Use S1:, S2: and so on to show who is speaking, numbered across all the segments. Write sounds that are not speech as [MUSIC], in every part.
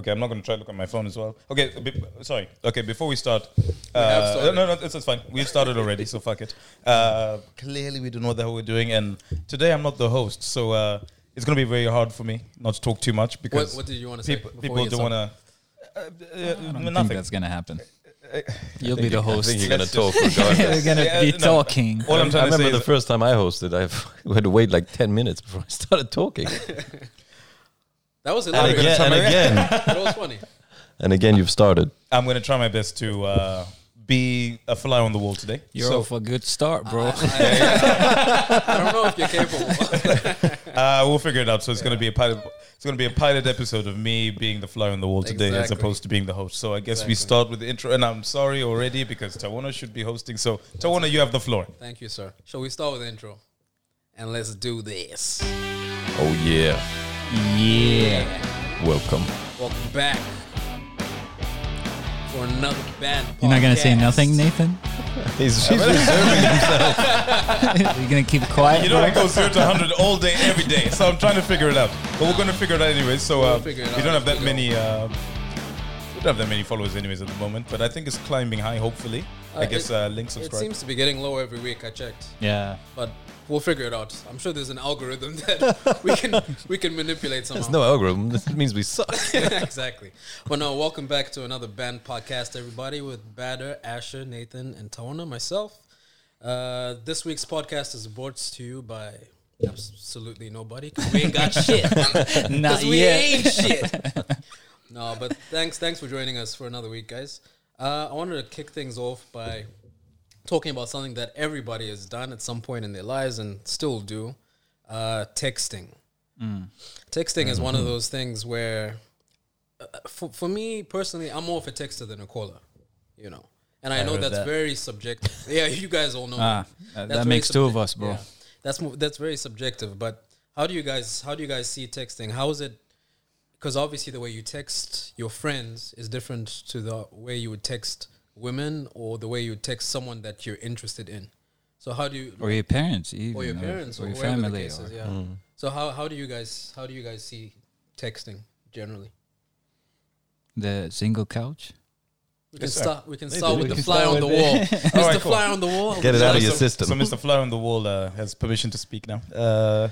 S1: Okay, I'm not going to try to look at my phone as well. Okay, be, sorry. Okay, before we start,
S2: have
S1: uh,
S2: started.
S1: no, no, it's, it's fine. We've started already, so fuck it. Uh, clearly, we don't know what the hell we're doing, and today I'm not the host, so uh, it's going to be very hard for me not to talk too much
S2: What,
S1: because
S2: what did you want to say?
S1: people,
S2: before
S1: people
S2: we get
S1: don't want to. Uh, uh,
S3: I don't think
S1: nothing.
S3: that's gonna [LAUGHS] happen. You'll be the
S4: I
S3: host.
S4: think you're
S3: You're
S4: gonna
S1: Let's
S4: talk
S3: gonna, [LAUGHS]
S4: regardless.
S1: Yeah,
S3: be
S1: no.
S3: talking.
S1: All I'm trying
S4: I
S1: to
S4: remember
S1: say
S4: the
S1: is
S4: first time I hosted, I [LAUGHS] had to wait like ten minutes before I started talking,
S2: something? That was
S4: and
S2: hilarious.
S4: again, and again,
S2: that was funny.
S4: and again. You've started.
S1: I'm going to try my best to uh, be a fly on the wall today.
S3: You're
S1: so
S3: off a good start, bro. [LAUGHS]
S2: I don't know if you're capable.
S4: [LAUGHS]
S1: Uh, we'll figure it out. So it's going to be a pilot. It's going to be a pilot episode of me being the fly on the wall today, as
S2: Exactly.
S1: opposed to being the host. So I guess we
S2: Exactly.
S1: start with the intro. And I'm sorry already because Tawana should be hosting. So Tawana, you have the floor.
S2: Thank you, sir. Shall we start with the intro? And let's do this.
S4: Oh yeah,
S3: yeah.
S4: welcome.
S2: Welcome back for another band.
S3: You're not gonna say
S2: podcast.
S3: nothing, Nathan. [LAUGHS]
S4: He's, he's reserving himself.
S3: You're gonna keep quiet.
S1: You know I go zero to hundred all day, every day. So I'm trying to figure it out. But we're going to figure it out anyway. So uh,
S2: We'll figure it
S1: we
S2: out
S1: don't have
S2: as
S1: that
S2: we
S1: many. Uh, we don't have that many followers anyways at the moment. But I think it's climbing high. Hopefully,
S2: Uh,
S1: I guess
S2: it-
S1: uh, link
S2: It
S1: subscribe.
S2: seems to be getting low every week. I checked,
S3: yeah.
S2: but we'll figure it out. I'm sure there's an algorithm [LAUGHS] that we can we can manipulate somehow.
S4: There's [LAUGHS] no algorithm. This means we suck. [LAUGHS]
S2: exactly. But no, welcome back to another band podcast, everybody, with Bader, Asher, Nathan, and Tona, myself. Uh, this week's podcast is brought to you by absolutely nobody 'cause we ain't got shit. [LAUGHS] 'Cause
S3: Not
S2: we
S3: yet.
S2: ain't shit. [LAUGHS] no, but thanks, thanks for joining us for another week, guys. Uh, I wanted to kick things off by talking about something that everybody has done at some point in their lives and still do uh, texting. Mm. Texting is one of those things where, uh, for, for me personally, I'm more of a texter than a caller, you know. And I, know
S3: heard
S2: that's
S3: that.
S2: very subjective. yeah, you guys all know. [LAUGHS]
S3: Ah, that,
S2: That's
S3: that
S2: very
S3: makes two of
S2: subjec-
S3: us, bro.
S2: yeah. That's mo- that's very subjective. But how do you guys how do you guys see texting? How is it? Because obviously, the way you text your friends is different to the way you would text women or the way you text someone that you're interested in. So how do you
S3: Or your parents, even,
S2: or your parents or,
S3: your
S2: whoever the
S3: family.
S2: case
S3: or- Mm.
S2: is, yeah. So how, how do you guys how do you guys see texting generally?
S3: the single couch.
S2: We can
S1: sir.
S2: start we can
S4: Maybe
S2: start
S4: we
S2: with the
S4: can
S2: fly
S3: start
S2: on the
S3: with
S2: wall.
S3: it.
S2: Mr.
S1: Alright, cool.
S2: Fly on the wall.
S4: Get
S2: [LAUGHS]
S4: it out of your
S1: so-
S4: system.
S1: So Mr. Fly on the Wall uh, has permission to speak now. Uh,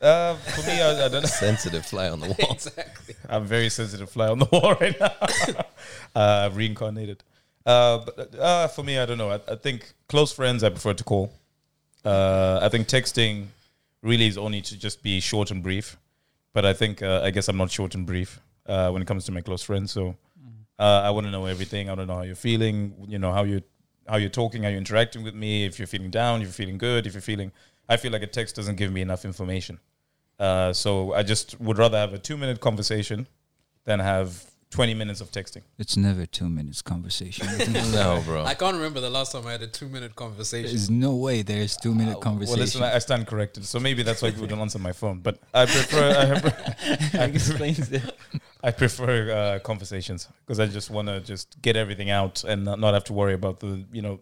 S1: uh, for me, I, I don't know.
S4: Sensitive fly on the
S2: [LAUGHS]
S4: wall.
S2: Exactly.
S1: I'm a very sensitive fly on the [LAUGHS] wall right now. uh, I've reincarnated. Uh, but uh, for me, I don't know. I, I think close friends I prefer to call. Uh, I think texting really is only to just be short and brief. But I think uh, I guess I'm not short and brief uh, when it comes to my close friends. So uh, I want to know everything. I want to know how you're feeling. You know how you how you're talking, how you're interacting with me. If you're feeling down, if you're feeling good, if you're feeling. I feel like a text doesn't give me enough information. Uh, so I just would rather have a two minute conversation than have 20 minutes of texting.
S3: It's never two minutes conversation.
S4: No, bro.
S2: I can't remember the last time I had a two minute conversation.
S3: There's no way there's two minute
S1: Well,
S3: conversation.
S1: listen, I I stand corrected. So maybe that's why people don't answer my phone. But I prefer I,
S4: [LAUGHS]
S1: prefer-
S3: explains it.
S1: I prefer uh, conversations because I just want to just get everything out and not, not have to worry about the you know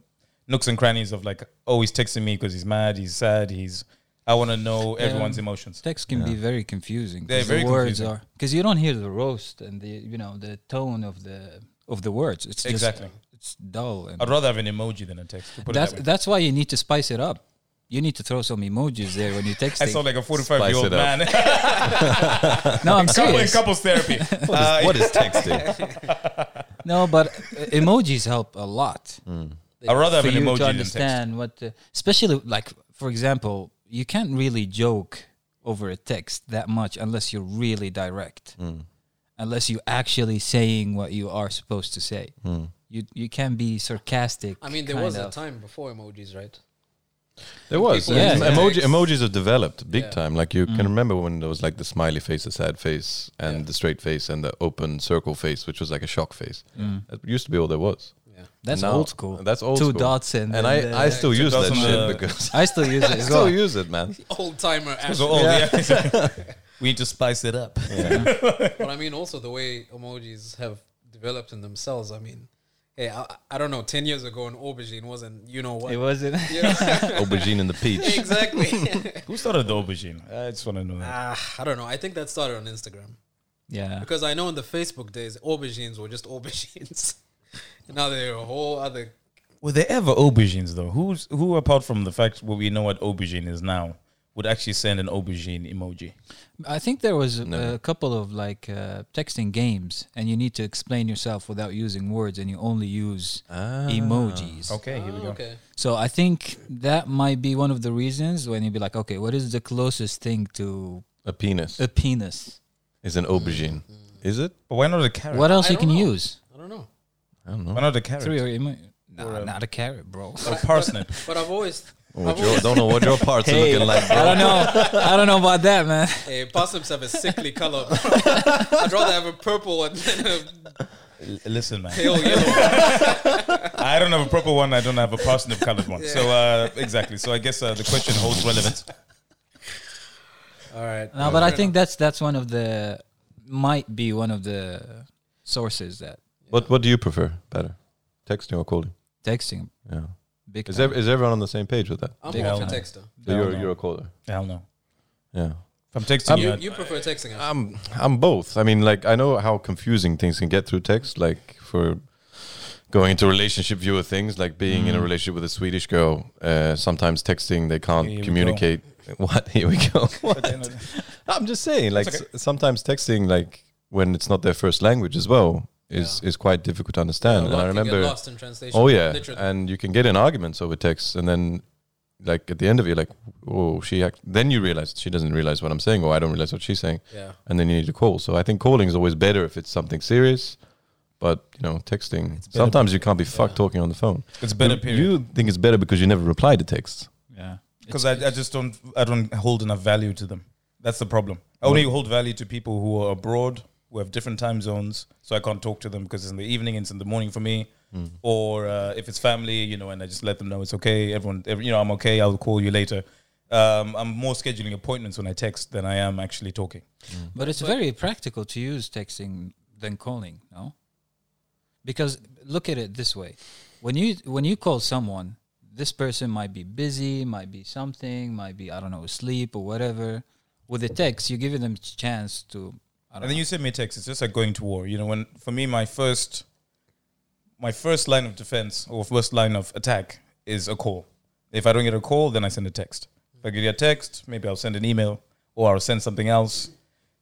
S1: nooks and crannies of like oh he's texting me because he's mad, he's sad, he's. I want to know everyone's emotions.
S3: Text can be very confusing. 'cause
S1: They're very
S3: the words
S1: confusing.
S3: are because you don't hear the roast and the you know the tone of the of the words. It's just-
S1: Exactly.
S3: it's dull. And
S1: I'd rather have an emoji than a text. To put
S3: that's
S1: it that way.
S3: that's why you need to spice it up. You need to throw some emojis there when you
S1: [LAUGHS]
S3: text.
S1: I sound like a
S4: Spice
S1: forty-five-year-old
S4: it up.
S1: man.
S4: [LAUGHS]
S1: [LAUGHS]
S3: no, I'm
S1: Couple- in
S3: serious.
S1: couples therapy. Uh,
S4: What is, what is texting?
S3: No, but uh, emojis help a lot
S4: Mm.
S1: I'd rather have
S3: for
S1: an
S3: you
S1: emoji
S3: to
S1: than text.
S3: understand what, the, especially like for example, you can't really joke over a text that much unless you're really direct,
S4: Mm.
S3: unless you actually saying what you are supposed to say.
S4: Mm.
S3: You you can be sarcastic.
S2: I mean there
S3: kind
S2: was a
S3: of.
S2: time before emojis, right?
S4: There was.
S2: People
S3: Yeah.
S4: Em-
S2: use
S4: emoji,
S2: text.
S4: emojis have developed big
S2: Yeah.
S4: time. Like you can remember when there was like the smiley face, the sad face, and
S2: Yeah.
S4: the straight face, and the open circle face, which was like a shock face. That used to be all there was.
S2: Yeah.
S3: That's
S4: Now-
S3: old school.
S4: That's old
S3: Two
S4: school.
S3: dots and then
S4: And I, I
S3: the-
S4: still
S1: Two
S4: use
S1: dots
S4: that
S1: and
S4: shit
S1: the- [LAUGHS]
S4: because
S3: I still use it
S4: [LAUGHS] I
S3: as
S4: still
S3: well.
S4: use it, man.
S2: Old timer
S1: So
S2: Asher.
S1: all the- we need to spice it up.
S2: But I mean also the way emojis have developed in themselves. I mean, hey, I, I don't know, ten years ago an aubergine wasn't you know [LAUGHS] what.
S3: It wasn't. [LAUGHS]
S2: You know?
S4: Aubergine and the peach.
S2: [LAUGHS] exactly.
S1: Who started the aubergine? I just want to know that.
S2: Ah, I don't know. I think that started on Instagram.
S3: Yeah.
S2: Because I know in the Facebook days, aubergines were just [LAUGHS] aubergines. And now they're a whole other.
S1: Were there ever aubergines though? Who's who apart from the fact what we know what aubergine is now would actually send an aubergine emoji?
S3: I think there was a-
S4: No.
S3: a couple of like uh, texting games, and you need to explain yourself without using words, and you only use
S4: Ah,
S3: emojis.
S1: Okay, here we
S2: Oh,
S1: go.
S2: okay.
S3: So I think that might be one of the reasons when you'd be like, okay, what is the closest thing to
S4: A penis
S3: a penis?
S4: is an aubergine. Is it?
S1: But why not a carrot?
S3: What else
S2: I
S3: you
S2: don't
S3: can
S2: know.
S3: use?
S2: I don't know.
S4: I don't
S1: Why
S4: know.
S1: not a carrot?
S3: Three or emo- nah,
S1: Or, um,
S3: not a carrot, bro.
S1: Or parsnip?
S2: But I've always.
S4: What your, don't know what your parts are looking like.
S3: I [LAUGHS]
S4: Bro.
S3: don't know. I don't know about that, man.
S2: Hey, parsnips have a sickly color. bro. I'd rather have a purple one than a
S1: L- Listen, man.
S2: [LAUGHS] pale yellow one.
S1: I don't have a proper one. I don't have a parsnip colored one. So uh, exactly. So I guess uh, the question holds relevance.
S2: All right.
S3: No, but I think that's that's one of the might be one of the sources that
S4: What What do you prefer better, texting or calling?
S3: texting
S4: Yeah.
S3: big
S4: Is
S3: time.
S4: ev- is everyone on the same page with that?
S2: I'm
S3: Big
S2: more of a
S1: time.
S2: texter.
S4: So
S1: No,
S4: you're
S1: no.
S4: you're a caller.
S1: Hell no.
S4: Yeah.
S1: If I'm texting you,
S2: Um, You,
S1: I'd-
S2: you prefer texting. huh?
S4: I'm I'm both. I mean, like I know how confusing things can get through text, like for going into relationship view of things, like being
S1: Mm.
S4: in a relationship with a Swedish girl. Uh, sometimes texting they can't
S1: Here we go.
S4: communicate. [LAUGHS] What? Here we
S1: [LAUGHS]
S4: go.
S1: but then-
S4: I'm just saying, like
S1: okay.
S4: s- sometimes texting, like when it's not their first language as well, is is quite difficult to understand.
S2: A
S4: and
S2: lot
S4: I
S2: can get
S4: remember,
S2: lost in translation.
S4: oh yeah,
S2: Literally.
S4: and you can get in arguments over text, and then like at the end of it, like oh she, act-, then you realize she doesn't realize what I'm saying, or I don't realize what she's saying
S2: yeah.
S4: and then you need to call. So I think calling is always better if it's something serious. But you know, texting
S1: better
S4: sometimes you can't be fucked
S2: yeah.
S4: talking on the phone.
S1: it's better
S4: You-
S1: period.
S4: You think it's better because you never reply to text.
S3: yeah.
S1: because I, I just don't I don't hold enough value to them. That's the problem. I only hold value to people who are abroad, who have different time zones, so I can't talk to them because it's in the evening, it's in the morning for me. Or uh, if it's family, you know, and I just let them know it's okay. Everyone, every, you know, I'm okay. I'll call you later. Um, I'm more scheduling appointments when I text than I am actually talking.
S3: But it's very practical to use texting than calling, no? Because look at it this way. When you when you call someone, this person might be busy, might be something, might be I don't know, asleep or whatever. With a text, you give them a chance to I
S1: And
S3: don't
S1: then
S3: know.
S1: you send me a text. It's just like going to war. You know, when for me, my first, my first line of defense or first line of attack is a call. If I don't get a call, then I send a text. If I get a text, maybe I'll send an email or I'll send something else.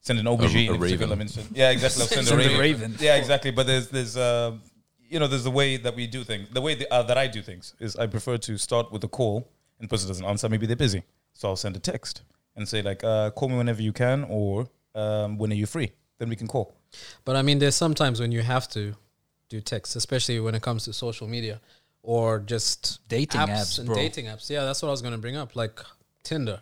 S1: Send an aubergine.
S4: a
S1: if it's
S4: raven.
S1: I'm interested. Yeah, exactly. I'll send,
S3: Send
S1: a
S3: a
S1: raven.
S3: raven.
S1: Yeah, exactly. But there's there's uh, you know there's the way that we do things. The way the, uh, that I do things is I prefer to start with a call and person doesn't answer. Maybe they're busy, so I'll send a text and say like, uh, call me whenever you can or um, when are you free? Then we can call.
S2: But I mean, there's sometimes when you have to do text, especially when it comes to social media or just
S3: Dating apps,
S2: and
S3: bro.
S2: dating apps. Yeah, that's what I was going to bring up, like Tinder.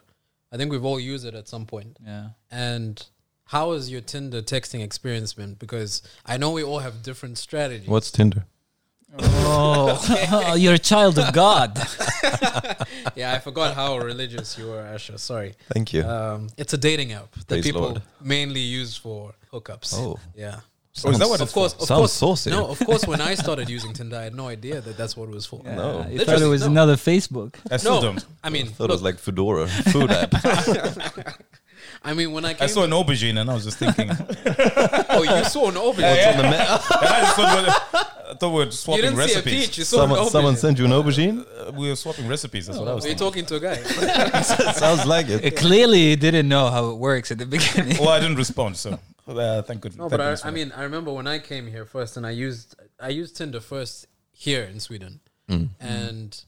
S2: I think we've all used it at some point.
S3: Yeah.
S2: And how has your Tinder texting experience been? Because I know we all have different strategies.
S4: What's Tinder?
S3: Oh, [LAUGHS] you're a child of [LAUGHS] God.
S2: [LAUGHS] Yeah, I forgot how religious you were, Asha. Sorry.
S4: Thank you.
S2: Um, it's a dating app that
S4: Praise
S2: people
S4: Lord.
S2: mainly use for hookups.
S4: Oh.
S2: yeah.
S1: Oh, is that what
S2: Of
S1: it's
S2: course, of
S4: Sounds
S2: course.
S4: saucy.
S2: No, of course. When I started using Tinder, I had no idea that that's what it was for.
S4: No.
S3: you thought
S2: Literally,
S3: it was
S2: no.
S3: another Facebook.
S1: I still
S2: No,
S1: don't.
S2: I mean,
S4: thought it was
S2: look,
S4: like Fedora food [LAUGHS] app.
S2: I mean, when I
S1: I
S2: came,
S1: saw an aubergine and I was just
S2: [LAUGHS]
S1: thinking. and
S2: oh, you saw an
S1: I
S2: aubergine.
S1: just thought, we- I thought we were
S2: You
S1: swapping
S2: didn't see a
S1: recipes.
S2: peach. You saw an
S4: someone
S2: aubergine.
S4: someone sent you an aubergine.
S1: Uh, we were swapping recipes. That's what I was
S2: Are you
S1: thinking.
S2: talking to a guy?
S4: Sounds like
S3: [LAUGHS]
S4: it.
S3: It [LAUGHS] clearly didn't know how it works at the beginning.
S1: Well, I didn't respond, so uh, thank goodness.
S2: No,
S1: thank
S2: but
S1: goodness
S2: I,
S1: for that.
S2: I mean, I remember when I came here first, and I used I used Tinder first here in Sweden,
S1: Mm.
S2: and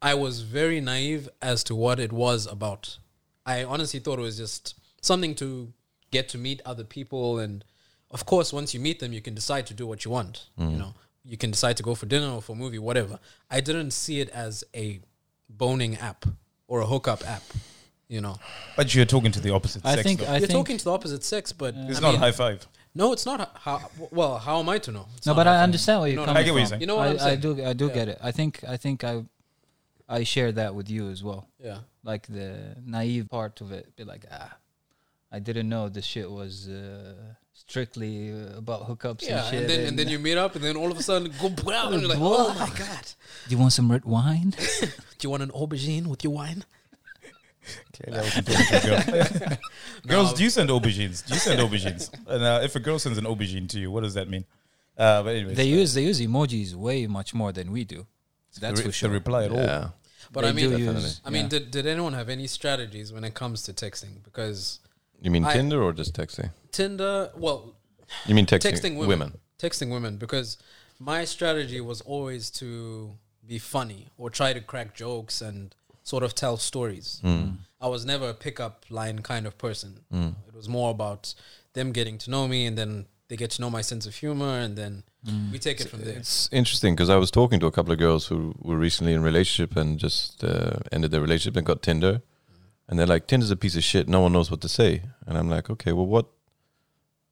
S2: I was very naive as to what it was about. I honestly thought it was just something to get to meet other people, and of course, once you meet them, you can decide to do what you want.
S1: Mm.
S2: You know, you can decide to go for dinner or for a movie, whatever. I didn't see it as a boning app or a hookup app. You know,
S1: but you're talking to the opposite
S3: I
S1: sex.
S3: think
S1: though.
S3: I
S2: you're
S3: think
S2: talking to the opposite sex, but
S1: it's
S2: I
S1: not
S2: mean-
S1: high five.
S2: no, it's not. How well? How am I to know? It's
S3: No,
S2: not
S3: but
S2: high
S3: I
S2: five.
S3: understand where you're
S2: No, no,
S3: coming
S1: I get what you're
S3: from.
S1: saying.
S2: You know what
S3: I,
S2: I'm saying?
S3: I do. I do
S2: Yeah.
S3: get it. I think. I think I, I share that with you as well.
S2: Yeah,
S3: Like the naive part of it, be like, ah, I didn't know this shit was uh, strictly uh, about hookups
S2: yeah.
S3: and shit.
S2: And then and then you meet up, and then all of a sudden, go [LAUGHS] brown, and you're like, oh my god,
S3: Do you want some red wine?
S2: do you want an aubergine with your wine?
S1: Clearly, I wasn't talking to a girl. [LAUGHS] Girls,
S2: No.
S1: do you send aubergines? Do you send aubergines? And uh, if a girl sends an aubergine to you, what does that mean? Uh, but anyways,
S3: They
S1: uh,
S3: use they use emojis way much more than we do. That's
S1: the, re-
S3: for sure.
S1: the reply at all.
S4: Yeah.
S2: But
S3: They
S2: I mean,
S3: do
S4: Definitely.
S3: use-
S2: I mean,
S3: yeah.
S2: did, did anyone have any strategies when it comes to texting? Because
S4: You mean
S2: I-
S4: Tinder or just texting?
S2: Tinder, well,
S4: You mean texting,
S2: texting women,
S4: women?
S2: texting women, because my strategy was always to be funny or try to crack jokes and sort of tell stories.
S4: Mm.
S2: I was never a pickup line kind of person. It was more about them getting to know me and then they get to know my sense of humor and then
S3: Mm.
S2: we take it from there.
S4: It's interesting because I was talking to a couple of girls who were recently in relationship and just uh, ended their relationship and got Tinder, and they're like, "Tinder's a piece of shit. No one knows what to say." And I'm like, "Okay, well, what,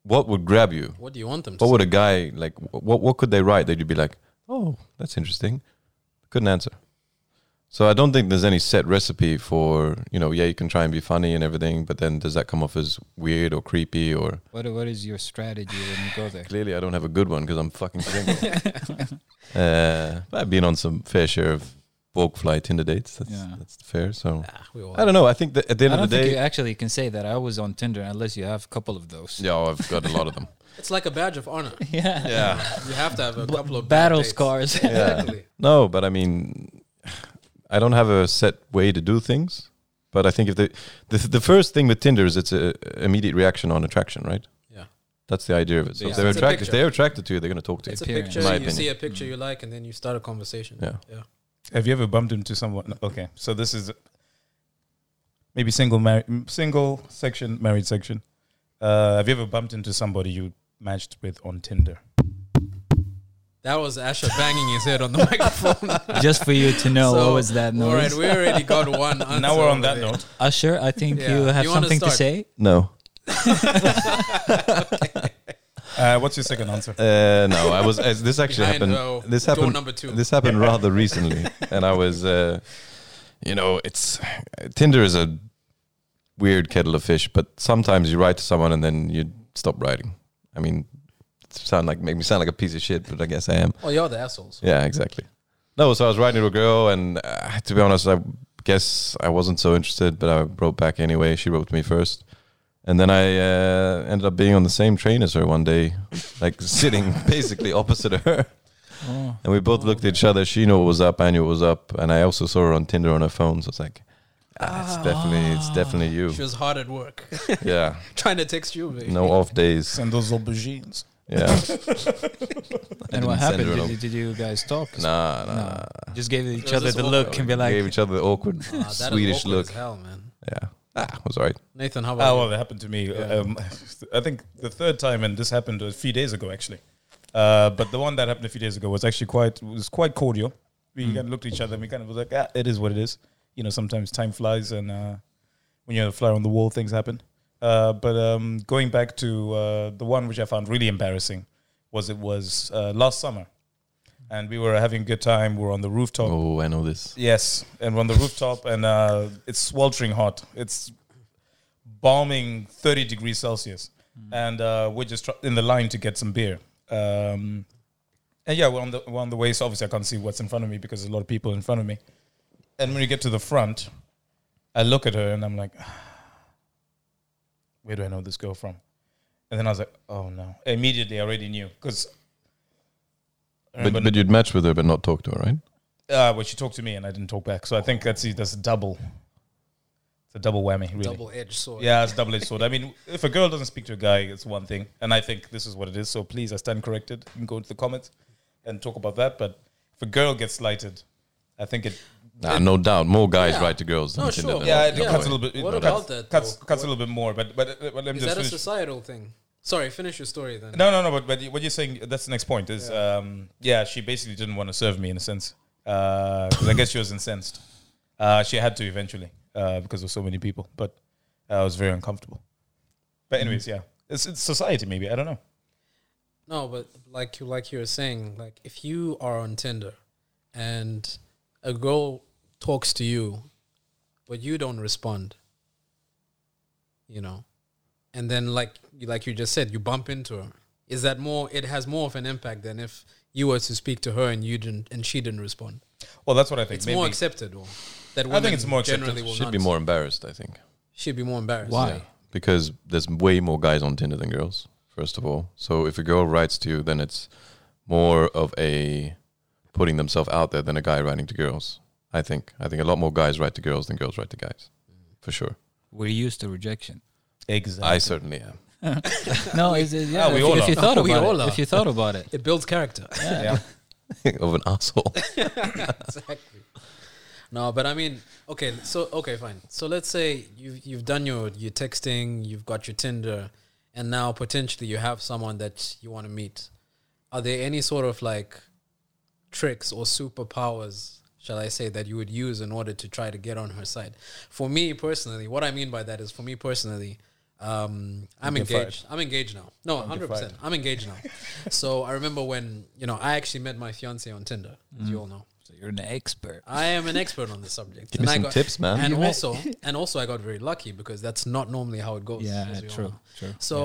S4: what would grab you?
S2: What do you want them to
S4: What
S2: say?
S4: would a guy like? wh- What what could they write that you'd be like, oh, that's interesting? Couldn't answer. So I don't think there's any set recipe for you know. Yeah, you can try and be funny and everything, but then does that come off as weird or creepy or?
S3: What what is your strategy when you go
S4: [LAUGHS]
S3: there?
S4: Clearly, I don't have a good one because I'm fucking single. uh, but I've been on some fair share of bulk flight Tinder dates. That's,
S3: Yeah.
S4: that's fair. So
S2: Ah, we all
S4: I don't know. I think that at the end
S3: I don't
S4: of the
S3: think
S4: day,
S3: you actually can say that I was on Tinder unless you have a couple of those.
S4: yeah, oh, I've got a lot of them.
S2: It's like a badge of honor.
S3: [LAUGHS] Yeah.
S4: yeah.
S2: You have to have a couple of bad
S3: Battle
S2: dates. [LAUGHS]
S3: scars.
S2: Exactly.
S4: No, but I mean, I don't have a set way to do things. But I think if the the, the first thing with Tinder is it's a immediate reaction on attraction, right?
S2: Yeah.
S4: That's the idea of it. So
S2: Yeah.
S4: if they're
S2: It's a
S4: attracted, if
S2: picture.
S4: they're attracted to you, they're going to talk to you.
S2: It's a
S3: Appearance.
S2: picture.
S4: In my
S2: You
S4: opinion. Mm.
S2: see a picture you like, and then you start a conversation.
S4: Yeah.
S2: yeah.
S1: Have you ever bumped into someone? no, Okay, so this is maybe single, mar- m- single section, married section. Uh, have you ever bumped into somebody you matched with on Tinder?
S2: That was Asher banging his head on the [LAUGHS] microphone.
S3: Just for you to know
S2: So,
S3: what was that
S2: All right,
S3: noise.
S2: we already got one.
S1: [LAUGHS]
S2: Answer
S1: now we're on
S2: over
S1: that
S2: there. [LAUGHS]
S1: note.
S3: Usher, I think
S2: Yeah.
S3: you have
S2: You wanna
S3: something to
S2: start?
S3: say.
S4: No,
S1: Uh, what's your second answer?
S4: uh, no. I was uh, this actually
S2: Behind,
S4: happened.
S2: uh,
S4: this
S2: door
S4: happened.
S2: number two.
S4: This happened rather recently, and I was, uh, you know, it's Tinder is a weird kettle of fish. But sometimes you write to someone and then you stop writing. I mean, sound like make me sound like a piece of shit, but I guess I am.
S2: Oh, you're the assholes.
S4: Yeah, exactly. No, so I was writing to a girl, and uh, to be honest, I guess I wasn't so interested, but I wrote back anyway. She wrote to me first. And then I uh, ended up being on the same train as her one day, like [LAUGHS] sitting basically opposite of her.
S3: Oh.
S4: And we both looked at each other. She knew what was up. I knew what was up. And I also saw her on Tinder on her phone. So it's like, ah, it's definitely, it's definitely you.
S2: She was hard at work [LAUGHS]
S4: Yeah,
S2: trying to text you. Baby.
S4: no off days.
S1: Send those aubergines.
S4: Yeah,
S2: [LAUGHS]
S3: And what
S4: didn't send
S3: happened?
S4: her
S3: Did,
S4: no-
S3: you- did you guys talk?
S4: nah, nah,
S3: No.
S4: nah.
S3: Just gave each
S2: was
S3: other
S2: just
S3: the
S2: awkward.
S3: look and be like,
S4: Gave each other the awkward
S2: Ah, that is
S4: Swedish
S2: awkward as
S4: look.
S2: hell, man.
S4: Yeah, ah, it was alright.
S2: Nathan, how
S1: Oh,
S2: about you?
S1: well, it happened to me. Um, [LAUGHS] I think the third time, and this happened a few days ago, actually. Uh, but the one that happened a few days ago was actually quite was quite cordial. We
S2: Hmm.
S1: kind of looked at each other and we kind of was like, ah, it is what it is. You know, sometimes time flies, and uh, when you're a fly on the wall, things happen. Uh, but um, going back to uh, the one which I found really embarrassing was it was uh, last summer, and we were having a good time. We were on the rooftop.
S4: Oh, I know this.
S1: Yes, and we're on the rooftop, and uh, it's sweltering hot. It's bombing 30 degrees Celsius,
S4: Mm-hmm.
S1: and uh, we're just tr- in the line to get some beer. Um, and yeah, we're on the we're on the way. So obviously, I can't see what's in front of me because there's a lot of people in front of me. And when you get to the front, I look at her and I'm like, [SIGHS] "Where do I know this girl from?" And then I was like, "Oh no!" Immediately, I already knew because.
S4: But, but you'd match with her, but not talk to her, right?
S1: Uh, well, she talked to me and I didn't talk back. So I think that's that's a double. It's a double whammy, really.
S2: Double edged sword.
S1: Yeah, it's double edged sword. I mean, if a girl doesn't speak to a guy, it's one thing, and I think this is what it is. So please, I stand corrected. You can go into the comments and talk about that. But if a girl gets slighted, I think it
S4: Nah, no doubt. More guys
S2: Yeah.
S4: write to girls than
S2: No,
S4: Tinder.
S2: sure.
S4: does.
S1: yeah,
S2: Yeah,
S1: it
S2: yeah.
S1: cuts a little bit. it
S2: What
S1: cuts-
S2: about that,
S1: Cuts
S2: though?
S1: cuts a little bit more. But but, uh, but let me
S2: Is
S1: just
S2: that a
S1: finish.
S2: societal thing? Sorry, finish your story then.
S1: No, no, no. But, but what you're saying, that's the next point. Is yeah, um, yeah she basically didn't want to serve me in a sense. Because I guess she was incensed. Uh, she had to eventually uh, because of so many people. But uh, I was very uncomfortable. But anyways, yeah, it's, it's society. Maybe I don't know.
S2: No, but like you like you were saying, like if you are on Tinder and a girl talks to you, but you don't respond, you know, and then like you like you just said, you bump into her. Is that more? It has more of an impact than if you were to speak to her and you didn't and she didn't respond.
S1: Well, that's what I think.
S2: It's
S1: maybe
S2: more accepted. Or, that
S1: I
S2: women
S1: think it's more
S2: generally
S1: accepted.
S2: will
S4: Should
S2: not-
S4: be more embarrassed, I think.
S2: Should be more embarrassed.
S3: Why?
S4: because there's way more guys on Tinder than girls, first of all. So if a girl writes to you, then it's more of a putting themselves out there than a guy writing to girls. I think. I think a lot more guys write to girls than girls write to guys, for sure.
S3: We're used to rejection.
S1: Exactly.
S4: I certainly am.
S3: [LAUGHS]
S4: [LAUGHS]
S3: No, is it, yeah,
S1: Ah, we
S3: if, you-
S1: all
S3: if you
S1: are.
S3: thought
S2: We
S3: about
S2: all
S3: it,
S2: are.
S3: if you thought
S2: [LAUGHS]
S3: about it,
S2: It builds character. [LAUGHS]
S1: yeah.
S4: of an asshole.
S2: exactly. No, but I mean, okay, so okay, fine. So let's say you've you've done your your texting, you've got your Tinder, and now potentially you have someone that you want to meet. Are there any sort of like tricks or superpowers, shall I say, that you would use in order to try to get on her side? For me personally, what I mean by that is for me personally, um, I'm
S1: Don't get
S2: engaged. I'm engaged now. No, hundred percent. I'm engaged now. so I remember when you know I actually met my fiance on Tinder, as you all know.
S3: so you're an expert.
S2: I am an expert on this subject.
S4: Give me
S2: I
S4: some
S2: got-
S4: tips, man.
S2: And
S3: You may-
S2: also, and also, I got very lucky because that's not normally how it goes.
S3: [LAUGHS] Yeah,
S2: as we all
S3: true,
S2: know.
S3: true.
S2: So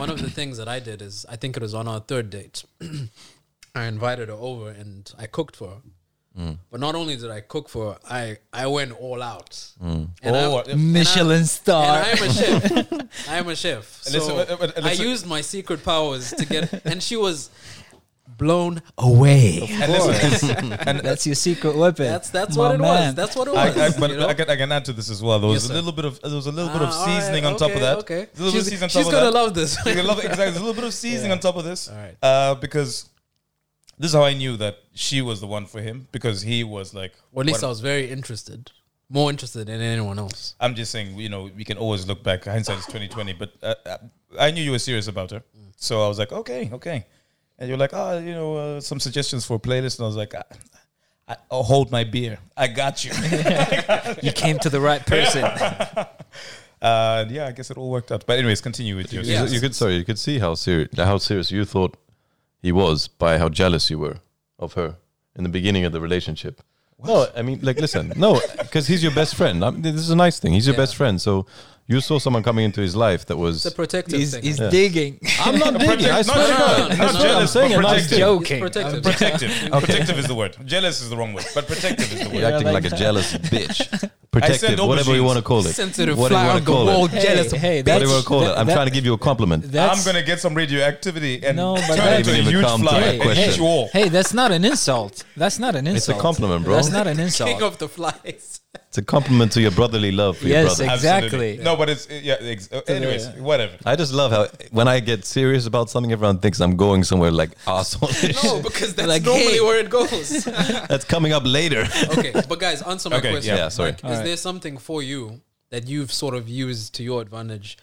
S2: one of the things that I did is I think it was on our third date. [CLEARS THROAT] I invited her over and I cooked for her.
S1: Mm.
S2: But not only did I cook for her, I, I went all out. And I-
S1: Oh,
S2: and I-
S3: Michelin star.
S2: And I am
S1: [LAUGHS]
S2: a chef. I am a chef. So
S1: uh, Listen, uh, but- but-
S2: I
S1: listen-
S2: used my secret powers to
S1: [LAUGHS]
S2: get, and she was blown away.
S1: and listen, and
S3: That's your secret weapon.
S2: That's that's
S3: My
S2: what it
S3: man.
S2: was. That's what it
S1: I,
S2: was.
S1: I, but
S2: you know?
S1: I, can, I can add to this as well. There was
S2: Yes,
S1: a
S2: sir.
S1: little bit of there was a little bit of
S2: Ah, all right,
S1: seasoning on top of
S2: okay,
S1: that.
S2: Okay.
S1: There's a little bit of
S2: She's,
S1: seasoning on top
S2: she's
S1: of
S2: gonna
S1: that.
S2: love this.
S1: You're gonna love it. Exactly. There's a little bit of seasoning on top of this.
S2: Alright.
S1: Uh, because this is how I knew that she was the one for him because he was like,
S2: [LAUGHS] Or at least
S1: what-
S2: I was very interested, more interested than anyone else.
S1: I'm just saying, you know, we can always look back. Hindsight is 2020, but uh, uh, I knew you were serious about her, so I was like, okay, okay. And you're like, oh, you know, uh, some suggestions for a playlist, and I was like, I, I, I'll hold my beer. I got you. [LAUGHS]
S3: you came to the right person.
S1: uh, yeah, I guess it all worked out. But anyways, continue with yours.
S2: Yeah.
S4: You- You could sorry, you could see how serious how serious you thought he was by how jealous you were of her in the beginning of the relationship. No, I mean like listen, no, because he's your best friend. I mean, this is a nice thing. He's your
S2: Yeah.
S4: best friend, so you saw someone coming into his life that was.
S2: It's a protective
S3: he's
S2: thing.
S3: he's
S2: I
S3: [LAUGHS]
S4: Yeah.
S3: digging.
S4: I'm not digging.
S1: [LAUGHS]
S4: I
S1: Protect-
S4: swear
S2: no,
S4: to
S2: no,
S4: God.
S2: no,
S4: That's
S2: no,
S4: what
S2: no,
S4: I'm
S2: no.
S4: saying. A
S3: I'm
S4: nice thing.
S2: think.
S3: joking.
S4: You're
S2: It's
S3: Okay.
S2: protective.
S1: Protective.
S4: [LAUGHS]
S1: Protective is the word. Jealous is the wrong word, but protective is the word.
S4: acting like
S3: like
S4: a
S3: that.
S4: jealous bitch. Protective,
S1: no
S4: whatever you
S1: machines.
S4: want to call it.
S2: Sensitive
S4: Whatever you
S2: fly
S4: wanna
S2: on the
S4: call it.
S2: wall,
S3: Hey,
S2: jealous.
S3: hey,
S4: Whatever you
S3: that's-
S4: want to call it. I'm
S3: that-
S4: trying to give you a compliment.
S1: I'm
S3: That's,
S1: gonna get some radioactivity and
S3: No, but
S1: turn
S3: that-
S1: into a
S4: Even
S1: huge
S4: come to
S1: fly
S4: that
S1: and
S4: question.
S1: eat you all.
S3: Hey, that's not an insult. That's not an insult.
S4: It's a compliment, bro.
S3: That's not
S4: [LAUGHS]
S2: [LAUGHS]
S3: an
S2: King
S3: insult.
S2: of the flies.
S4: It's a compliment to your brotherly love for your
S3: Yes,
S4: brother.
S3: ex-
S1: Absolutely.
S3: Exactly.
S1: No, but it's yeah. Ex- uh, anyways,
S3: the-
S1: whatever.
S4: I just love how when I get serious about something, everyone thinks I'm going somewhere like [LAUGHS] asshole.
S2: [LAUGHS] No, because that's
S3: Like,
S2: normally
S3: hey.
S2: where it goes.
S4: That's coming up
S1: [LAUGHS]
S4: later.
S2: [LAUGHS] okay, but guys, answer my
S1: Okay,
S2: question.
S4: yeah, sorry.
S2: Like, is there something for you that you've sort of used to your advantage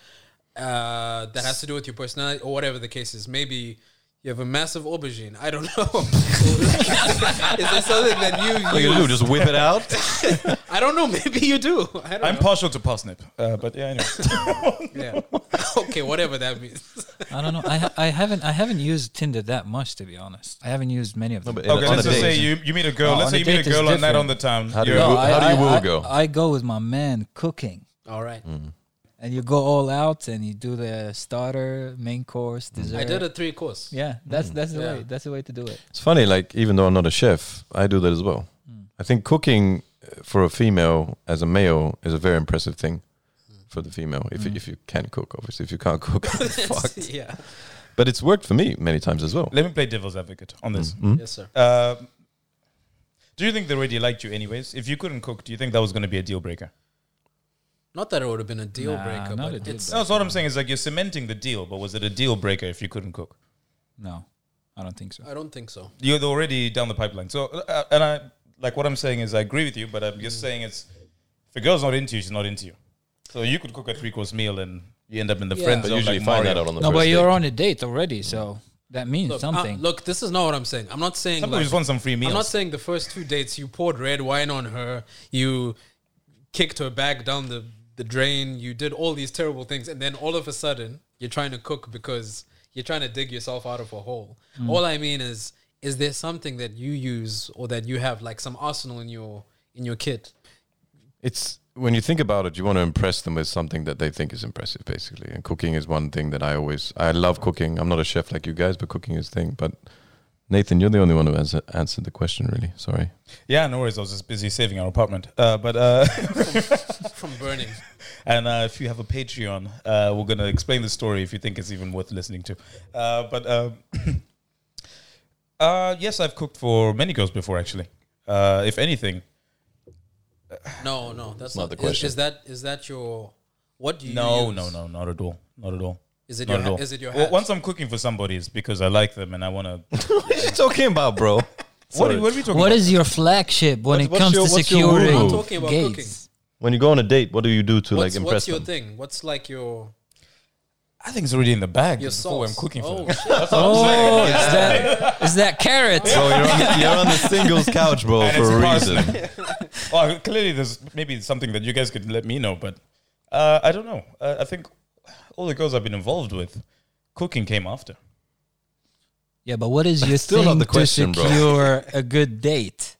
S2: uh, that has to do with your personality or whatever the case is? Maybe you have a massive aubergine. I don't know. [LAUGHS] is there something that you
S4: What you do?
S2: use?
S4: Just whip
S1: [LAUGHS]
S4: it out?
S2: I don't know. [LAUGHS] Maybe you do. I don't
S1: I'm
S2: know.
S1: partial to parsnip, uh, but yeah, anyway.
S2: Yeah. [LAUGHS] okay, whatever that means.
S3: I don't know. I ha- I haven't I haven't used Tinder that much to be honest. I haven't used many of them.
S4: but-
S1: okay,
S4: On a
S1: let's just
S4: date.
S1: say you, you meet a girl.
S3: No,
S1: let's
S3: on
S1: say
S3: a
S1: you meet a
S3: date is
S1: girl on night
S3: different.
S1: on the town.
S4: How do
S1: You're-
S4: you-
S3: No,
S4: how
S3: I-
S4: do
S3: I-
S4: you woo
S3: I-
S4: go?
S3: I go with my man cooking,
S2: All right.
S3: and you go all out, and you do the starter, main course,
S4: Mm.
S3: dessert.
S2: I did a three course.
S3: Yeah, that's that's the
S2: Yeah.
S3: way. That's the way to do it.
S4: It's funny, like, even though I'm not a chef, I do that as well.
S1: Hmm.
S4: I think cooking uh, for a female as a male is a very impressive thing for the female. If,
S1: Hmm.
S4: if you can cook, obviously. If you can't
S1: [LAUGHS]
S4: cook, [LAUGHS] you're fucked.
S2: [LAUGHS] yeah.
S4: But it's worked for me many times as well.
S1: Let me play devil's advocate on this.
S2: Yes, sir.
S1: Um, do you think they already liked you, anyways? If you couldn't cook, do you think that was going to be a deal breaker?
S2: Not that it would have been a deal
S3: Nah,
S2: breaker,
S3: not
S2: but
S3: a deal
S2: it's
S1: No, that's what I'm saying. Is like you're cementing the deal, but was it a deal breaker if you couldn't cook?
S3: No, I don't think so.
S2: I don't think so.
S1: You're already down the pipeline. So, uh, and I like what I'm saying is I agree with you, but I'm just saying it's if a girl's not into you, she's not into you. So you could cook a three course meal and you end up in the
S2: Yeah.
S1: friend
S4: But
S1: zone.
S4: usually
S1: like
S4: find
S1: Mario.
S4: that out on the
S3: No,
S4: first
S3: but you're
S4: date.
S3: on a date already, so that means
S2: Look, uh,
S3: something.
S2: look, this is not what I'm saying. I'm not saying.
S1: Sometimes
S2: like-
S1: you just want some free meals.
S2: I'm not saying the first two dates you poured red wine on her, you kicked her back down the, the drain, you did all these terrible things, and then all of a sudden you're trying to cook because you're trying to dig yourself out of a hole.
S3: Mm.
S2: All I mean is, is there something that you use or that you have like some arsenal in your in your
S3: [LAUGHS]
S2: kit?
S4: It's when you think about it, you want to impress them with something that they think is impressive, basically. And cooking is one thing that I always I love cooking. I'm not a chef like you guys, but cooking is a thing. But Nathan, you're the only one who has answered the question, really. Sorry.
S1: Yeah, no worries. I was just busy saving our apartment. Uh, but uh, [LAUGHS]
S2: from burning.
S1: and uh, if you have a Patreon, uh, we're gonna explain the story if you think it's even worth listening to. Uh, but um, [COUGHS] uh, yes, I've cooked for many girls before, actually. Uh, if anything,
S2: No, no, that's
S4: Not
S2: not,
S4: the
S2: is-
S4: question.
S2: Is, that is that your what do you
S1: no,
S2: use?
S1: no, no, not at all, not at all.
S2: Is it
S1: Not
S2: your
S1: at all.
S2: ha- is it your
S1: Well,
S2: hat?
S1: once I'm cooking for somebody, it's because I like them and I [LAUGHS] want to.
S4: What are you talking about, bro?
S1: what,
S4: Sorry.
S1: are- what are we talking
S3: What
S1: about?
S3: is your flagship when
S4: What's-
S3: it
S4: what's
S3: comes
S4: your-
S3: to
S4: what's your
S3: securing
S4: woo-woo?
S2: I'm talking about
S3: gays?
S2: cooking.
S4: when you go on a date, what do you do to
S2: what's,
S4: like impress
S2: what's your
S4: them?
S2: thing? What's like your
S1: I think it's already in the bag
S2: your
S1: before
S2: sauce?
S1: I'm cooking for
S2: oh,
S1: them.
S2: shit.
S3: Oh, is that is that carrot?
S4: Bro, Oh, you're on, the, you're on the singles couch, bro,
S1: And
S4: for
S1: it's
S4: a
S1: parsnip.
S4: reason.
S2: [LAUGHS]
S1: Well, clearly, there's maybe something that you guys could let me know, but uh, I don't know. Uh, I think all the girls I've been involved with, cooking came after.
S3: Yeah, but what is your
S4: still not
S3: thing
S4: the question,
S3: to
S4: bro.
S3: secure a good date?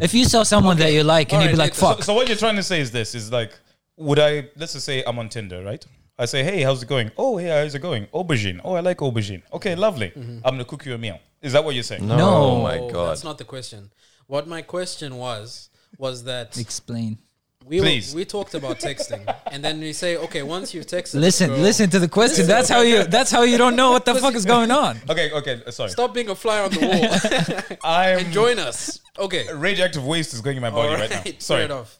S3: if you saw someone that you like and
S2: All
S3: you'd be
S2: right,
S3: like,
S2: Nathan,
S1: So,
S3: "Fuck,"
S1: so what you're trying to say is this: is like, would I? Let's just say I'm on Tinder, right? I say, hey, how's it going? Oh, hey, how's it going? Aubergine. Oh, I like aubergine. Okay, lovely.
S2: Mm-hmm.
S1: I'm gonna cook you a meal. Is that what you're saying?
S3: No.
S4: Oh my
S2: Oh,
S4: god.
S2: That's not the question. What my question was was that
S3: explain.
S2: we
S1: Please.
S2: we talked about texting and then we say okay once you've texted the
S3: Listen,
S2: girl-
S3: listen to the question. That's how you. That's how you don't know what the fuck is going on.
S1: Okay, okay, uh, sorry.
S2: stop being a fly on the wall
S1: I'm
S2: and join us. Okay.
S1: radioactive waste is going in my body right, now.
S2: Alright,
S1: Sorry.
S2: fair enough.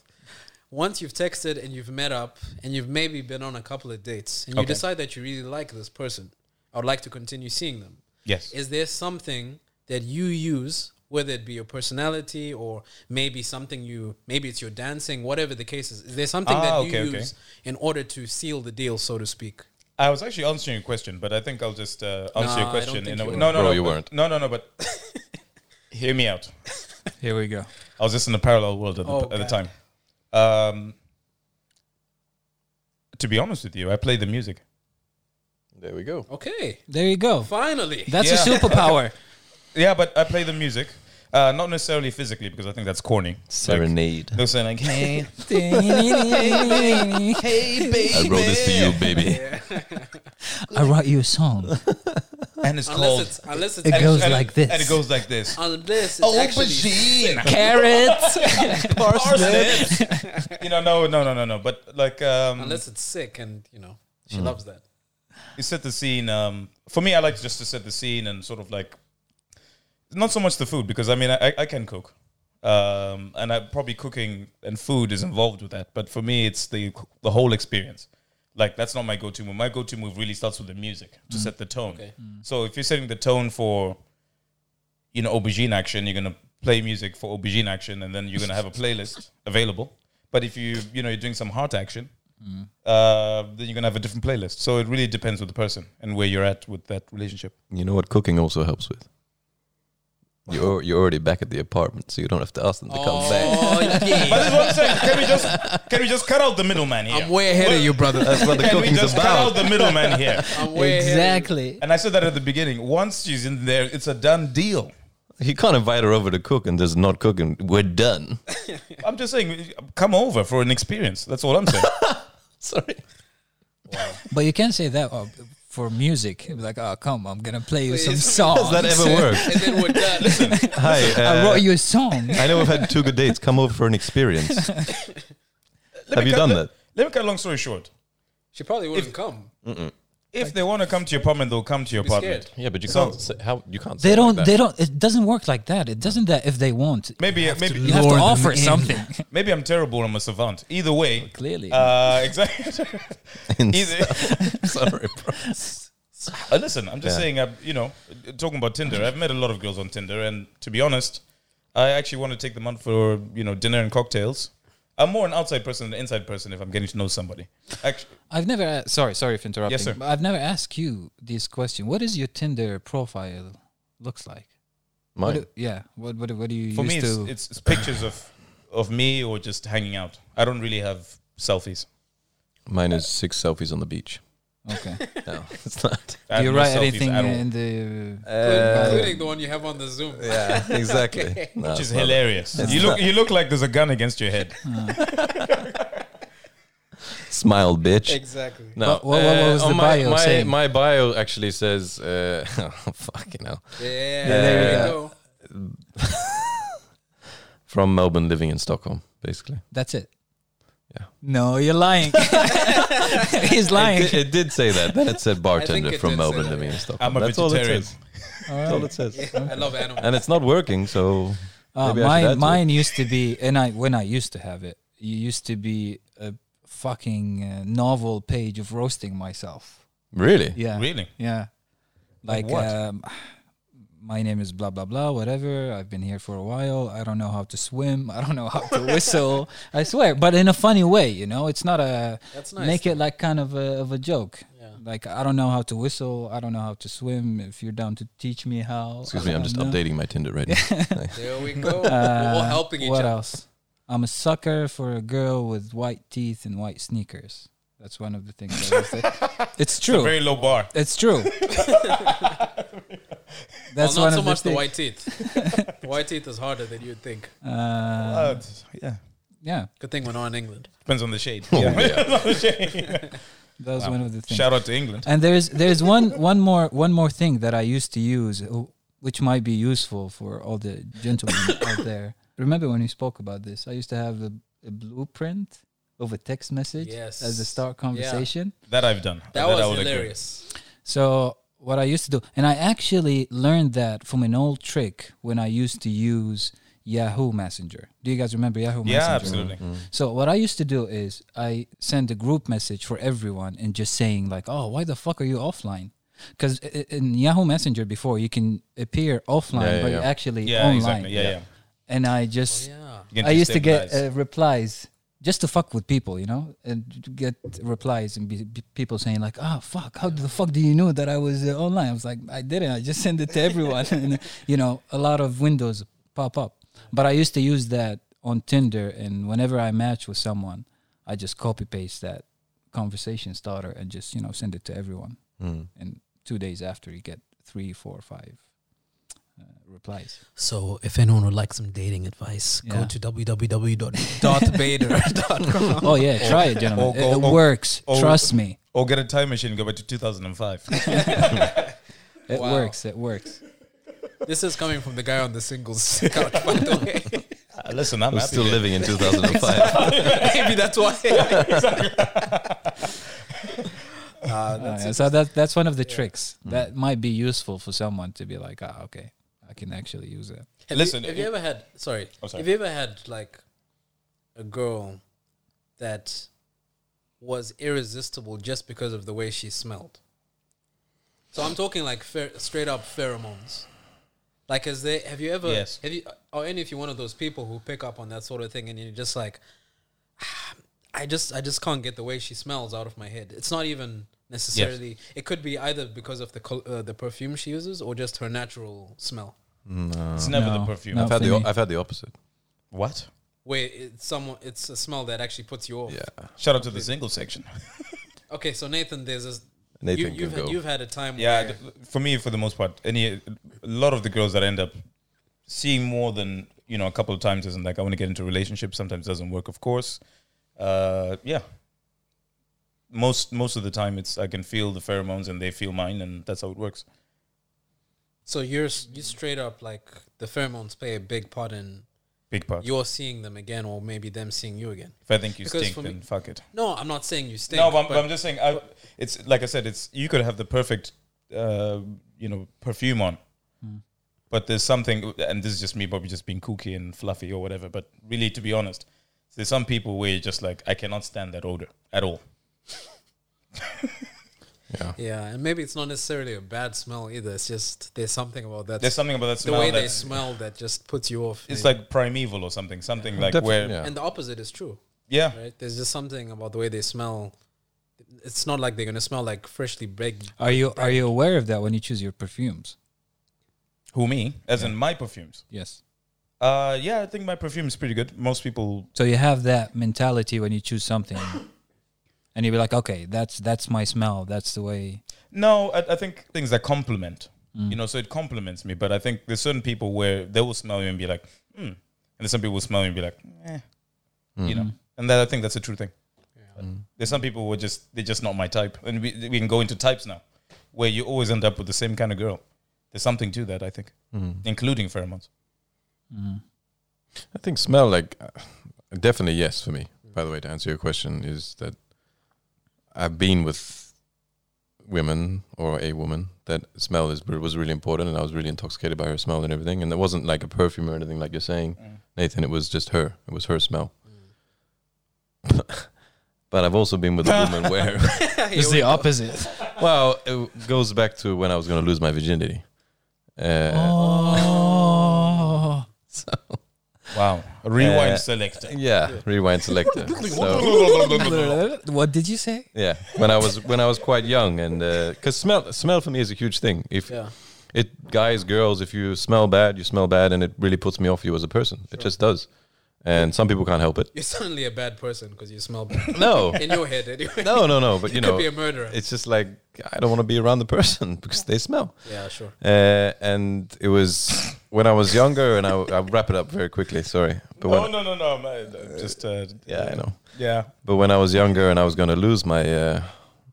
S2: Once you've texted and you've met up and you've maybe been on a couple of dates and you
S1: Okay.
S2: decide that you really like this person, I would like to continue seeing them.
S1: Yes.
S2: Is there something that you use, whether it be your personality or maybe something you, maybe it's your dancing, whatever the case is? Is there something
S1: Ah,
S2: that you
S1: okay, okay.
S2: use in order to seal the deal, so to speak?
S1: I was actually answering your question, but I think I'll just uh, answer
S2: Nah,
S1: your
S2: I don't
S1: question.
S2: think
S1: in a-
S2: you were.
S1: no, no,
S4: Bro,
S1: no,
S4: you
S1: but-
S4: weren't.
S1: No, no, no.
S2: [LAUGHS]
S1: But hear me out.
S3: Here we go.
S1: I was just in a parallel world at the,
S2: Oh,
S1: at the
S2: God.
S1: time. Um, to be honest with you, I play the music.
S4: There we go.
S2: Okay,
S3: There you go.
S2: finally.
S3: That's
S1: Yeah.
S3: a superpower.
S1: Yeah, but I play the music, uh, not necessarily physically because I think that's corny. Like,
S4: Serenade.
S1: they'll say like,
S2: [LAUGHS]
S1: "Hey,
S3: I
S1: hey, baby,"
S4: I wrote this to you, baby.
S2: [LAUGHS]
S3: wrote you a song.
S1: and it's
S2: unless
S1: called.
S2: it's, unless it's,
S3: It
S1: and-
S2: actually,
S3: goes
S1: and-
S3: like this.
S1: and it goes like this.
S2: unless it's actually,
S1: Aubergine.
S3: Carrots.
S1: parsnips. [LAUGHS] you know, no, no, no, no, no. But like, um,
S2: unless it's sick and, you know, she
S1: Hmm.
S2: loves that.
S1: you set the scene. Um, for me, I like just to set the scene and sort of like, not so much the food because I mean I, I can cook, um, and I probably cooking and food is involved with that. But for me, it's the the whole experience. Like that's not my go-to move. My go-to move really starts with the music to set the tone.
S2: Okay.
S1: So if you're setting the tone for, you know, aubergine action, you're gonna play music for aubergine action, and then you're gonna have a playlist available. But if you you know you're doing some heart action, uh, then you're gonna have a different playlist. So it really depends with the person and where you're at with that relationship.
S4: You know what cooking also helps with? You're, you're already back at the apartment, so you don't have to ask them to come back.
S2: Oh, yeah.
S1: But this is what I'm saying. Can we just can we just cut out the middleman here?
S2: I'm way ahead of you, brother. [LAUGHS]
S4: That's what the
S1: Can we
S4: cooking's
S1: just cut out
S4: about.
S1: the middleman here?
S2: I'm way ahead. [LAUGHS] Of
S3: exactly.
S1: And I said that at the beginning. Once she's in there, it's a done deal.
S4: You can't invite her over to cook and just not cook, and we're done.
S1: I'm just saying, come over for an experience. That's all I'm saying.
S4: Sorry.
S3: But you can say that uh, for music. You'd be like, oh, come, I'm gonna play you some
S2: Please.
S3: songs.
S4: Does that ever work? [LAUGHS]
S2: you. And then we're done. Listen,
S4: Hi.
S3: I
S4: Uh,
S3: wrote you a song.
S4: I know we've had two good dates. Come over for an [LAUGHS] experience. Have you
S1: cut
S4: done
S1: the-
S4: that?
S1: Let me cut a long story short.
S2: she probably wouldn't come.
S1: If they want to come to your apartment, they'll come to your
S2: Be
S1: apartment.
S2: scared.
S4: Yeah, but you
S1: So-
S4: can't. Say, how you can't?
S3: They
S4: say it like
S3: don't.
S4: that.
S3: They don't. It doesn't work like that. It doesn't that if they want.
S1: Maybe, maybe,
S3: You have to
S5: Lure them
S3: offer
S5: in.
S3: something.
S1: maybe I'm terrible. I'm a savant. Either way,
S3: Clearly.
S1: uh, [LAUGHS] exactly.
S4: [LAUGHS] And
S1: Either,
S4: Sorry, bro. [LAUGHS]
S1: Uh, listen, I'm just
S4: Yeah.
S1: saying, uh, you know, uh, talking about Tinder, I've met a lot of girls on Tinder, and to be honest, I actually want to take them out for, you know, dinner and cocktails. I'm more an outside person than an inside person if I'm getting to know somebody. Actually,
S3: I've never. a- sorry, sorry for interrupting.
S1: sir.
S3: But I've never asked you this question. What is your Tinder profile looks like? What
S4: Mine.
S3: do- yeah. What what what do you
S1: for
S3: use
S1: me, it's,
S3: to?
S1: it's, it's pictures of, of me or just hanging out. I don't really have selfies.
S4: Mine is six selfies on the beach.
S3: okay.
S4: No, it's not.
S1: I
S3: do
S1: have
S3: you
S1: no
S3: write
S1: selfies
S3: anything
S1: at all,
S3: in the?
S2: Uh, Including the one you have on the Zoom.
S4: yeah, exactly.
S2: [LAUGHS]
S4: [LAUGHS] No,
S1: which is
S4: it's not.
S1: hilarious. You look, you look like there's a gun against your head.
S4: Smile, bitch.
S2: Exactly.
S4: No,
S3: What- what- what was
S4: uh,
S3: the
S4: on my,
S3: bio
S4: my,
S3: saying?
S4: My bio actually says, uh, [LAUGHS] fucking hell,
S2: Yeah,
S3: there
S2: there
S3: you
S2: you
S3: go.
S2: go.
S4: from Melbourne, living in Stockholm, basically.
S3: That's it.
S4: Yeah.
S3: No, you're lying. [LAUGHS] He's lying.
S4: It, it did say that. Then it said bartender
S2: it
S4: from
S2: did say
S4: Melbourne,
S2: that,
S4: living in
S2: yeah.
S4: Stockholm.
S1: I'm a
S4: That's all it
S1: vegetarian.
S4: says.
S3: All
S4: That's all
S3: right.
S4: it says.
S2: I love animals.
S4: And it's not working, so
S3: Uh,
S4: Maybe I should add to
S3: mine,
S4: it.
S3: mine used to be, and I when I used to have it, you used to be a fucking uh, novel page of roasting myself.
S4: really,
S3: Yeah,
S1: Really?
S3: yeah. Like,
S1: Like what?
S3: Um, [SIGHS] my name is blah blah blah. Whatever. I've been here for a while. I don't know how to swim. [LAUGHS] I don't know how to whistle. I swear, but in a funny way, you know. It's not a
S2: That's nice.
S3: make it like kind of a of a joke.
S2: Yeah.
S3: Like I don't know how to whistle. I don't know how to swim. If you're down to teach me how,
S4: excuse
S3: I
S4: me, I'm
S3: don't
S4: just
S3: know.
S4: updating my Tinder right now.
S2: There we go. We're all
S3: [LAUGHS] Uh,
S2: helping each
S3: what
S2: other.
S3: else? I'm a sucker for a girl with white teeth and white sneakers. That's one of the things. I used
S2: [LAUGHS]
S3: to- it's true.
S1: Very low
S3: [LAUGHS]
S1: bar. [LAUGHS]
S3: it's true. That's
S2: well,
S3: one
S2: not so
S3: of
S2: much the
S3: things.
S2: white teeth.
S3: [LAUGHS]
S2: the white teeth is harder than you'd think.
S3: Uh,
S1: Uh, yeah.
S3: yeah, Oh,
S2: Good thing we're not in England.
S1: [LAUGHS] Depends on the shade.
S3: that was one of the things.
S1: [LAUGHS] Shout out to England.
S3: And there's there's
S2: [LAUGHS]
S3: one one more one more thing that I used to use, uh, which might be useful for all the
S2: [LAUGHS]
S3: gentlemen out there. Remember when we spoke about this? I used to have a, a blueprint of a text message
S2: Yes.
S3: as a start conversation.
S1: That I've done.
S2: That
S1: I
S2: was
S1: would agree.
S2: hilarious.
S3: So what I used to do, and I actually learned that from an old trick when I used to use Yahoo Messenger. Do you guys remember Yahoo
S1: Yeah,
S3: Messenger? Mm-hmm.
S1: absolutely.
S4: Mm-hmm.
S3: So what I used to do is I send a group message for everyone and just saying like, "Oh, why the fuck are you offline?" Because in Yahoo Messenger before you can appear offline,
S4: Yeah, yeah,
S3: but
S4: yeah.
S3: you're actually
S1: Yeah,
S3: online.
S1: exactly. Yeah, yeah.
S3: And I just
S2: Oh, Yeah.
S1: You can
S3: I used to get
S1: destabilize.
S3: uh, replies just to fuck with people, you know, and get replies and be, be- people saying like, "Ah, fuck! How the fuck do you know that I was uh, online?" I was like, "I didn't. I just [LAUGHS] sent it to everyone." and you know, a lot of windows pop up. But I used to use that on Tinder, and whenever I match with someone, I just copy paste that conversation starter and just you know send it to everyone. And two days after, you get three, four, five uh, replies.
S2: So, if anyone would like some dating advice,
S3: go Yeah. to
S2: [LAUGHS] www.darthbader.com.
S3: Oh yeah, [LAUGHS] try it, gentlemen.
S1: or-
S3: it, it
S1: or-
S3: works.
S1: or-
S3: Trust me.
S1: or get a time machine and go back to
S4: [LAUGHS]
S1: 2005.
S3: It
S2: Wow.
S3: works. It works.
S2: This is coming from the guy on the singles couch, by the way.
S1: Uh, listen, I'm
S4: We're
S1: happy
S4: still
S1: there.
S4: living in 2005.
S2: Maybe that's why. [LAUGHS] Ah,
S3: Uh, so that that's Mm. one of the tricks that might be useful for someone to be like, ah, okay, I can actually use it.
S2: Have
S1: Listen,
S2: you, have you
S1: it-
S2: ever had? Sorry,
S1: Oh, sorry.
S2: Have you ever had like a girl that was irresistible just because of the way she smelled? So I'm talking like pher- straight up pheromones. Like, is there? Have you ever?
S1: Yes.
S2: Have you? Are any of you one of those people who pick up on that sort of thing and you're just like, "Ah, I just, I just can't get the way she smells out of my head. It's not even necessarily. It could be either because of the col- uh, the perfume she uses or just her natural smell.
S1: It's [LAUGHS] never
S3: No,
S1: the perfume.
S3: no.
S4: I've, had the,
S3: Thingy.
S4: I've had the opposite.
S1: What?
S2: Where it's someone, it's a smell that actually puts you off.
S4: Yeah.
S1: Shout out to the single
S4: [LAUGHS]
S1: section.
S2: Okay, so Nathan, there's this.
S4: Nathan
S2: you, you've
S4: can
S2: had,
S4: go.
S2: you've had a time.
S1: Yeah,
S2: where,
S1: d- for me, for the most part, any a lot of the girls that I end up seeing more than you know a couple of times isn't like I want to get into a relationship. Sometimes it doesn't work, of course. Uh, yeah, most most of the time it's I can feel the pheromones and they feel mine, and that's how it works.
S2: so you're s- you straight up like the pheromones play a big part in
S1: Big part.
S2: you're seeing them again, or maybe them seeing you again.
S1: if I think you
S2: because
S1: stink,
S2: for me-
S1: then fuck it.
S2: No, I'm not saying you stink.
S1: no, but I'm, but I'm just saying. I, it's like I said. It's you could have the perfect, uh, you know, perfume on,
S2: Hmm.
S1: but there's something, and this is just me probably just being kooky and fluffy or whatever. But really, to be honest, there's some people where you're just like, I cannot stand that odor at all.
S2: yeah, and maybe it's not necessarily a bad smell either. It's just there's something about that.
S1: There's something about that
S2: the
S1: smell
S2: way they
S1: that's
S2: smell that just puts you off.
S1: it's
S2: maybe.
S1: like primeval or something. Something like
S4: Defi-
S1: where, yeah,
S4: yeah.
S2: and the opposite is true, right? There's just something about the way they smell. It's not like they're gonna smell like freshly baked.
S3: Are you are you aware of that when you choose your perfumes?
S1: who me? As in my perfumes.
S3: Yes.
S1: Uh, yeah, I think my perfume is pretty good. Most people,
S3: So you have that mentality when you choose something, [COUGHS] and you be like, okay, that's that's my smell. That's the way. Mm.
S1: no, I, I think things that compliment. You know, so it compliments me. But I think there's certain people where they will smell you and be like,
S4: Hmm.
S1: hmm, and then some people will smell you and be like, eh, you know. And that I think that's a true thing.
S2: Yeah.
S1: There's some people who are just they're just not my type, and we we can go into types now, where you always end up with the same kind of girl. There's something to that, I think,
S4: Mm.
S1: including pheromones.
S3: Mm.
S4: I think smell like uh, definitely yes for me. By the way, to answer your question is that I've been with women or a woman that smell is was really important, and I was really intoxicated by her smell and everything. And it wasn't like a perfume or anything like you're saying, Nathan. It was just her. It was her smell. [LAUGHS] but I've also been with a woman where
S3: It's the opposite.
S4: well, it goes back to when I was going to lose my virginity. Uh,
S3: [LAUGHS] Oh.
S1: Wow, rewind
S4: Uh,
S1: selector.
S4: Yeah, rewind selector. so,
S3: [LAUGHS] what did you say?
S4: yeah, when I was when I was quite young, and because smell smell for me is a huge thing. If
S2: Yeah.
S4: it guys girls, if you smell bad, you smell bad, and it really puts me off you as a person. It just does, and some people can't help
S2: [LAUGHS]
S4: it.
S2: You're suddenly a bad person because you smell bad.
S4: No,
S2: In your head, anyway.
S4: [LAUGHS] no, no, no. But you
S2: You
S4: know,
S2: could be a murderer.
S4: it's just like I don't want to be around the [LAUGHS] person because they smell.
S2: Yeah, sure.
S4: Uh, and it was when I was younger, and I I'll wrap it up very quickly. Sorry, but
S2: Oh,
S1: No,
S4: when,
S1: no, no, no. man, Just uh,
S4: yeah, I know.
S1: yeah.
S4: But when I was younger, and I was going to lose my uh,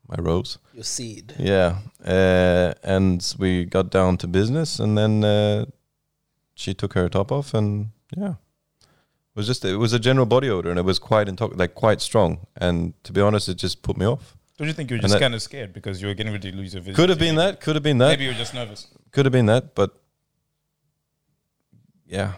S4: my rose.
S2: Your seed.
S4: Yeah, uh, and we got down to business, and then uh, she took her top off, and yeah, it was just it was a general body odor, and it was quite intox- like quite strong. And to be honest, it just put me off.
S1: Don't you think you're
S4: And
S1: just
S4: that-
S1: kind of scared because you were getting ready to lose your vision?
S4: Could have been that. Could have been that.
S1: Maybe you're just nervous.
S4: Could have been that. But yeah,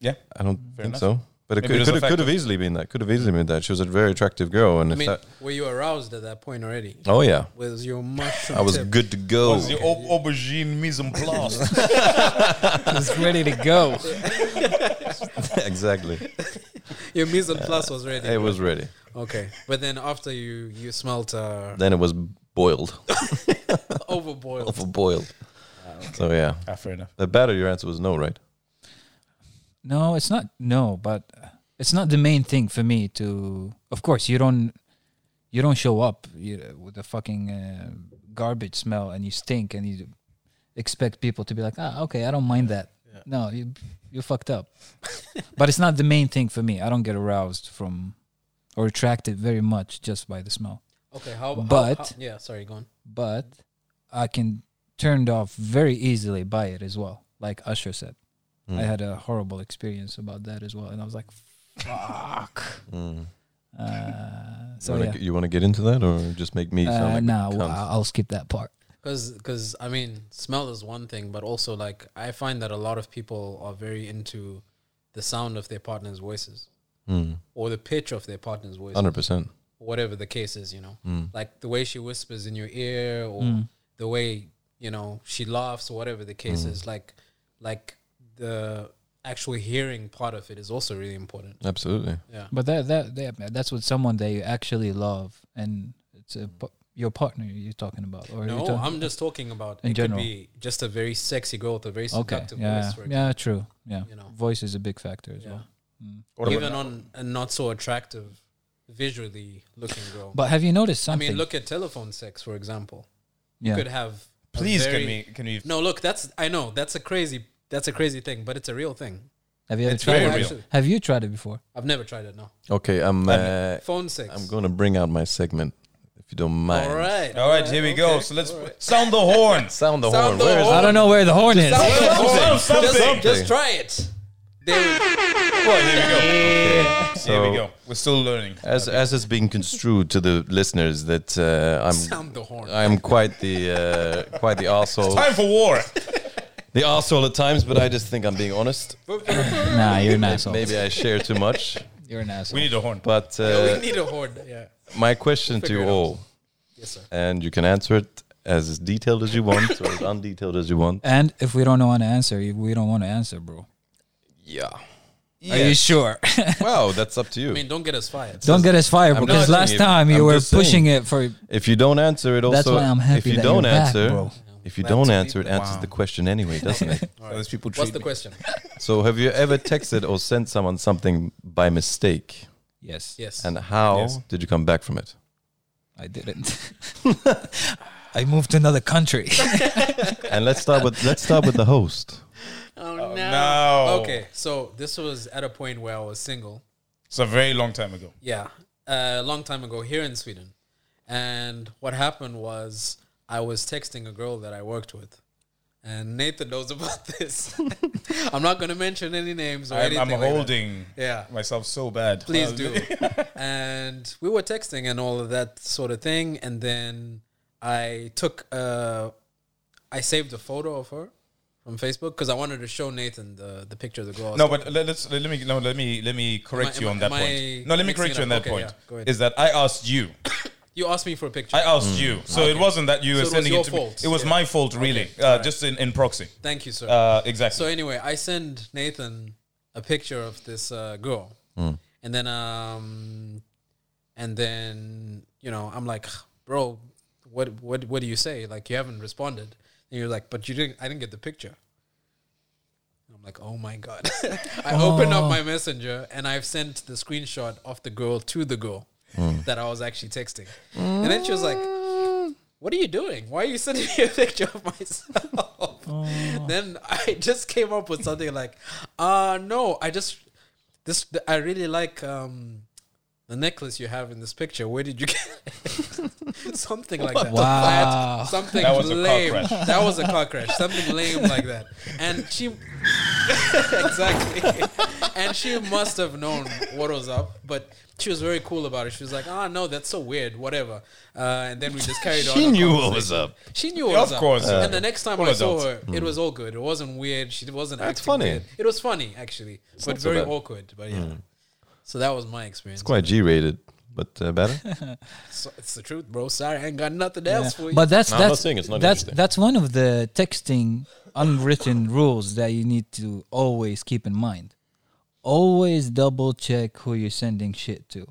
S1: Yeah.
S4: I don't
S1: Fair
S4: think
S1: enough.
S4: so. But it
S1: Maybe
S4: could,
S1: there's a
S4: could, have, could
S1: factor.
S4: have easily been that. Could have easily been that. She was a very attractive girl,
S2: I
S4: and if
S2: mean,
S4: that,
S2: were you aroused at that point already?
S4: oh yeah,
S2: Was your
S1: [LAUGHS]
S2: mushroom?
S4: I was
S2: tip-
S4: good to go.
S1: Was the au- aubergine mise en
S4: [LAUGHS]
S1: place?
S3: It's ready to go. [LAUGHS]
S4: [LAUGHS] exactly.
S2: Your mise en place was ready.
S4: It was ready.
S2: okay, but then after you you smelt uh,
S4: Then it was boiled,
S2: overboiled.
S4: overboiled. So yeah.
S1: ah, fair enough.
S4: The better your answer was no, right?
S3: No, it's not. No, but it's not the main thing for me to. Of course, you don't. You don't show up you, with a fucking uh, garbage smell and you stink and you expect people to be like, ah, okay, I don't mind that. No, you you fucked up. [LAUGHS] but it's not the main thing for me. I don't get aroused from or attracted very much just by the smell.
S2: Okay, how? how-
S3: But-
S2: how- yeah, sorry, go on.
S3: but I can turned off very easily by it as well. Like Usher said,
S4: Hmm.
S3: I had a horrible experience about that as well, and I was like, "Fuck." [LAUGHS] Uh, so
S4: you Mm. wanna,
S3: yeah,
S4: g- you want to get into that, or just make me? sound
S3: uh,
S4: like
S3: nah,
S4: a
S3: w-
S4: cunt?
S3: I'll skip that part.
S2: Because because I mean, smell is one thing, but also like I find that a lot of people are very into the sound of their partner's voices
S4: Mm,
S2: or the pitch of their partner's voice.
S4: Hundred percent. Mm.
S2: whatever the case is, you know, like the way she whispers in your ear or
S3: Mm.
S2: the way you know she laughs or whatever the case
S3: Mm.
S2: is, like like the actual hearing part of it is also really important.
S4: Absolutely.
S2: Yeah,
S3: But that that, that that's with someone that you actually love, and it's a, pa- your partner you're talking about. Or
S2: no,
S3: you're talking-
S2: I'm just talking about
S3: In
S2: it
S3: general.
S2: could be just a very sexy girl with a very
S3: okay.
S2: seductive
S3: Yeah,
S2: voice, for example.
S3: yeah, true. Yeah,
S2: You know.
S3: voice is a big factor as
S2: Yeah.
S3: well. Mm.
S2: even on a not so attractive, visually looking girl.
S3: But have you noticed
S2: I
S3: something?
S2: mean, look at telephone sex, for example.
S3: yeah.
S2: You could have a
S1: Please,
S2: very-
S1: can we? Can we?
S2: No, look, that's I know that's a crazy that's a crazy thing, but it's a real thing.
S3: have you ever
S2: it's
S3: tried
S1: very
S3: it?
S1: real.
S2: Actually-
S3: Have you tried it before?
S2: I've never tried it. No
S4: Okay, I'm. Uh,
S2: phone sex.
S4: I'm going to bring out my segment, if you don't mind.
S2: All right.
S1: All right, here we go.
S2: okay,
S1: So let's
S2: all right.
S1: sound the horn.
S4: Sound the
S2: [LAUGHS] Sound
S4: horn.
S2: the
S4: Where is
S2: horn.
S3: I don't know where the horn is.
S2: Sound the horn.
S1: Sound something.
S2: Just,
S4: Something.
S2: just try it. There
S1: [LAUGHS]
S2: we go.
S1: here we
S4: So-
S1: go. We're still learning.
S4: As as it's being construed to the listeners that uh, I'm
S2: Sound the horn.
S4: I'm quite the uh, quite the asshole,
S1: Time for war.
S4: the asshole at times, but I just think I'm being honest.
S3: Nah, you're an asshole.
S4: Maybe I share too much,
S3: You're an asshole.
S1: We need a
S2: [LAUGHS]
S1: horn.
S4: but
S2: [LAUGHS] we
S4: uh,
S2: need a horn. Yeah.
S4: my question to
S2: figure
S4: you
S2: it out.
S4: all,
S2: Yes, sir.
S4: and you can answer it as detailed as you want or as undetailed as you want.
S3: And if we don't want to answer, if we don't want to answer, bro. [LAUGHS]
S4: Yeah.
S3: Are you sure?
S4: Wow, that's up to you.
S2: I mean, don't get us fired.
S3: [LAUGHS] don't get us fired
S4: I'm
S3: because
S4: not
S3: last
S4: saying it.
S3: time you
S4: I'm
S3: were
S4: just saying.
S3: pushing it for.
S4: if you don't answer it, also
S3: That's why I'm happy
S4: if you
S3: that
S4: don't
S3: you're back,
S4: answer,
S3: bro.
S4: if you
S2: Glad
S4: don't
S2: to be
S4: answer, it
S2: back.
S4: answers the question anyway, doesn't it?
S1: So these people
S2: What's
S1: treat
S2: the
S1: me.
S2: question?
S4: so, have you ever texted or sent someone something by mistake,
S3: Yes,
S2: Yes.
S4: and how
S1: Yes.
S4: did you come back from it?
S3: I didn't. [LAUGHS] I moved to another country.
S4: And let's start with let's start with the host.
S2: oh,
S1: No.
S2: Okay, so this was at a point where I was single.
S1: It's a very long time ago.
S2: Yeah. a long time ago here in Sweden. And what happened was I was texting a girl that I worked with. And Nathan knows about [LAUGHS] this. I'm not going to mention any names or
S1: I'm,
S2: anything.
S1: I'm
S2: like that.
S1: holding
S2: Yeah.
S1: myself so bad.
S2: Please
S1: Uh,
S2: do.
S1: [LAUGHS]
S2: and we were texting and all of that sort of thing. And then I took, uh, I saved a photo of her from Facebook because I wanted to show Nathan the, the picture of the girl. I was
S1: No, but let, let's let, me no, let me let me correct
S2: Am I-
S1: you
S2: am
S1: on
S2: I-
S1: that
S2: am
S1: point.
S2: I
S1: No, let me
S2: mixing
S1: correct
S2: it
S1: you on
S2: up?
S1: that
S2: Okay,
S1: point.
S2: yeah, go ahead.
S1: Is that I asked you?
S2: You asked me for a picture.
S1: I asked you, so it wasn't that you were
S2: So it was
S1: sending
S2: your
S1: it to
S2: fault.
S1: me. It was
S2: Yeah.
S1: my fault, really.
S2: Okay,
S1: Uh,
S2: alright.
S1: Just in, in proxy.
S2: Thank you, sir.
S1: Uh, exactly.
S2: so anyway, I send Nathan a picture of this uh, girl, and then um, and then you know I'm like, bro, what what what do you say? Like you haven't responded, and you're like, but you didn't. I didn't get the picture. And I'm like, oh my god! [LAUGHS] I opened up my messenger and I've sent the screenshot of the girl to the girl that I was actually texting, and then she was like. What are you doing? Why are you sending me a picture of myself? Then I just came up with something like, uh no, I just this I really like um the necklace you have in this picture. Where did you get it? [LAUGHS] something like that? I had
S3: Wow.
S2: something
S1: That was a car
S2: lame.
S1: crash.
S2: That was a car crash. Something lame like that. And she [LAUGHS] exactly. and she must have known what was up, but she was very cool about it. She was like, "Ah, no, that's so weird. Whatever." Uh, and then we just carried on.
S4: She
S2: our
S4: knew what
S2: conversation.
S4: was up. Mm.
S2: She knew what
S1: Yeah,
S2: was
S1: of
S2: up.
S1: course.
S2: and the next time
S1: all
S2: I saw
S1: adults.
S2: her, it was all good. It wasn't weird. She wasn't.
S4: That's
S2: acting
S4: funny.
S2: weird. It was funny actually, but
S4: not so
S2: very
S4: bad. Mm.
S2: awkward. But yeah. So that was my experience.
S4: It's quite G-rated, but uh,
S3: [LAUGHS]
S4: better.
S2: So it's the truth, bro. Sorry, I ain't got nothing else for you.
S3: But that's
S4: No, I'm not
S3: that's
S4: saying it's not
S3: that's
S4: interesting.
S3: that's one of the texting unwritten rules that you need to always keep in mind. Always double check who you're sending shit to.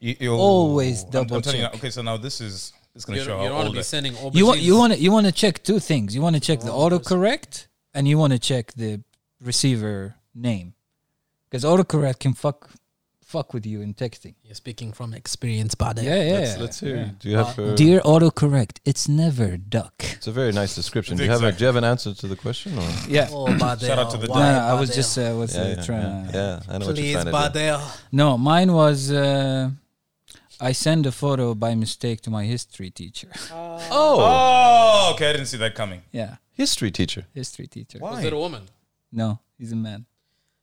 S1: You- you-
S3: Always
S1: I'm-
S3: double
S1: I'm telling you
S3: check.
S1: now, okay, so now this is it's
S2: you
S1: gonna
S2: don't,
S1: show
S2: you
S1: how
S2: don't want
S1: old
S2: to
S1: I-
S2: be sending aubergines.
S3: You want you want to you want to check two things. You want to check the
S4: Oh,
S2: Wrong person.
S3: autocorrect and you want to check the receiver name, because autocorrect can fuck fuck with you in texting.
S2: You're speaking from experience, buddy.
S3: Yeah, yeah.
S4: Let's, let's hear. you. Do you have?
S3: yeah.
S4: uh,
S3: Dear autocorrect, it's never duck.
S4: it's a very nice description. Do you have? A, do you have an answer to the question? Or?
S3: Yeah.
S2: Oh, Badel.
S1: Shout out to the
S3: No,
S1: Why,
S3: no, I was just uh, was uh,
S4: yeah,
S3: trying.
S4: yeah, yeah, I know
S2: Please,
S4: what you're trying to
S2: Badel.
S3: No, mine was uh, I send a photo by mistake to my history teacher. [LAUGHS]
S4: do. Oh,
S1: Oh, okay. I didn't see that coming.
S3: yeah,
S4: history teacher.
S3: history teacher.
S1: Why?
S2: Was it a woman?
S3: No, he's a man.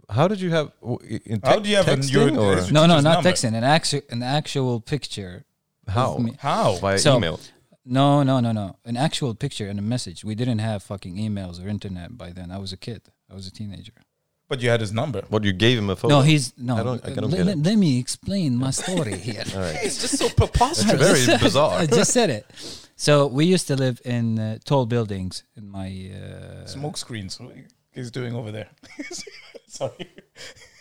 S4: How did you have? w- In
S1: How do you have a-
S4: texting
S1: your-
S4: or
S1: history-
S3: No, no,
S1: teacher's
S3: not
S1: number?
S3: texting. An actual, an actual picture.
S4: how? Oh,
S3: me.
S1: How?
S4: Via
S3: So-
S4: email.
S3: No, no, no, no. An actual picture and a message. We didn't have fucking emails or internet by then. I was a kid. I was a teenager.
S1: But you had his number.
S4: What you gave him a photo?
S3: No, he's no.
S4: I don't- I don't
S3: le-
S4: get
S3: le-
S4: it.
S3: let me explain my story
S4: [LAUGHS]
S3: here. [LAUGHS]
S2: It's just so preposterous.
S4: very
S3: just- [LAUGHS] I
S4: bizarre.
S3: just said it. So we used to live in uh, tall buildings in my. Uh,
S1: Smoke screens. What he's doing over there? [LAUGHS] Sorry.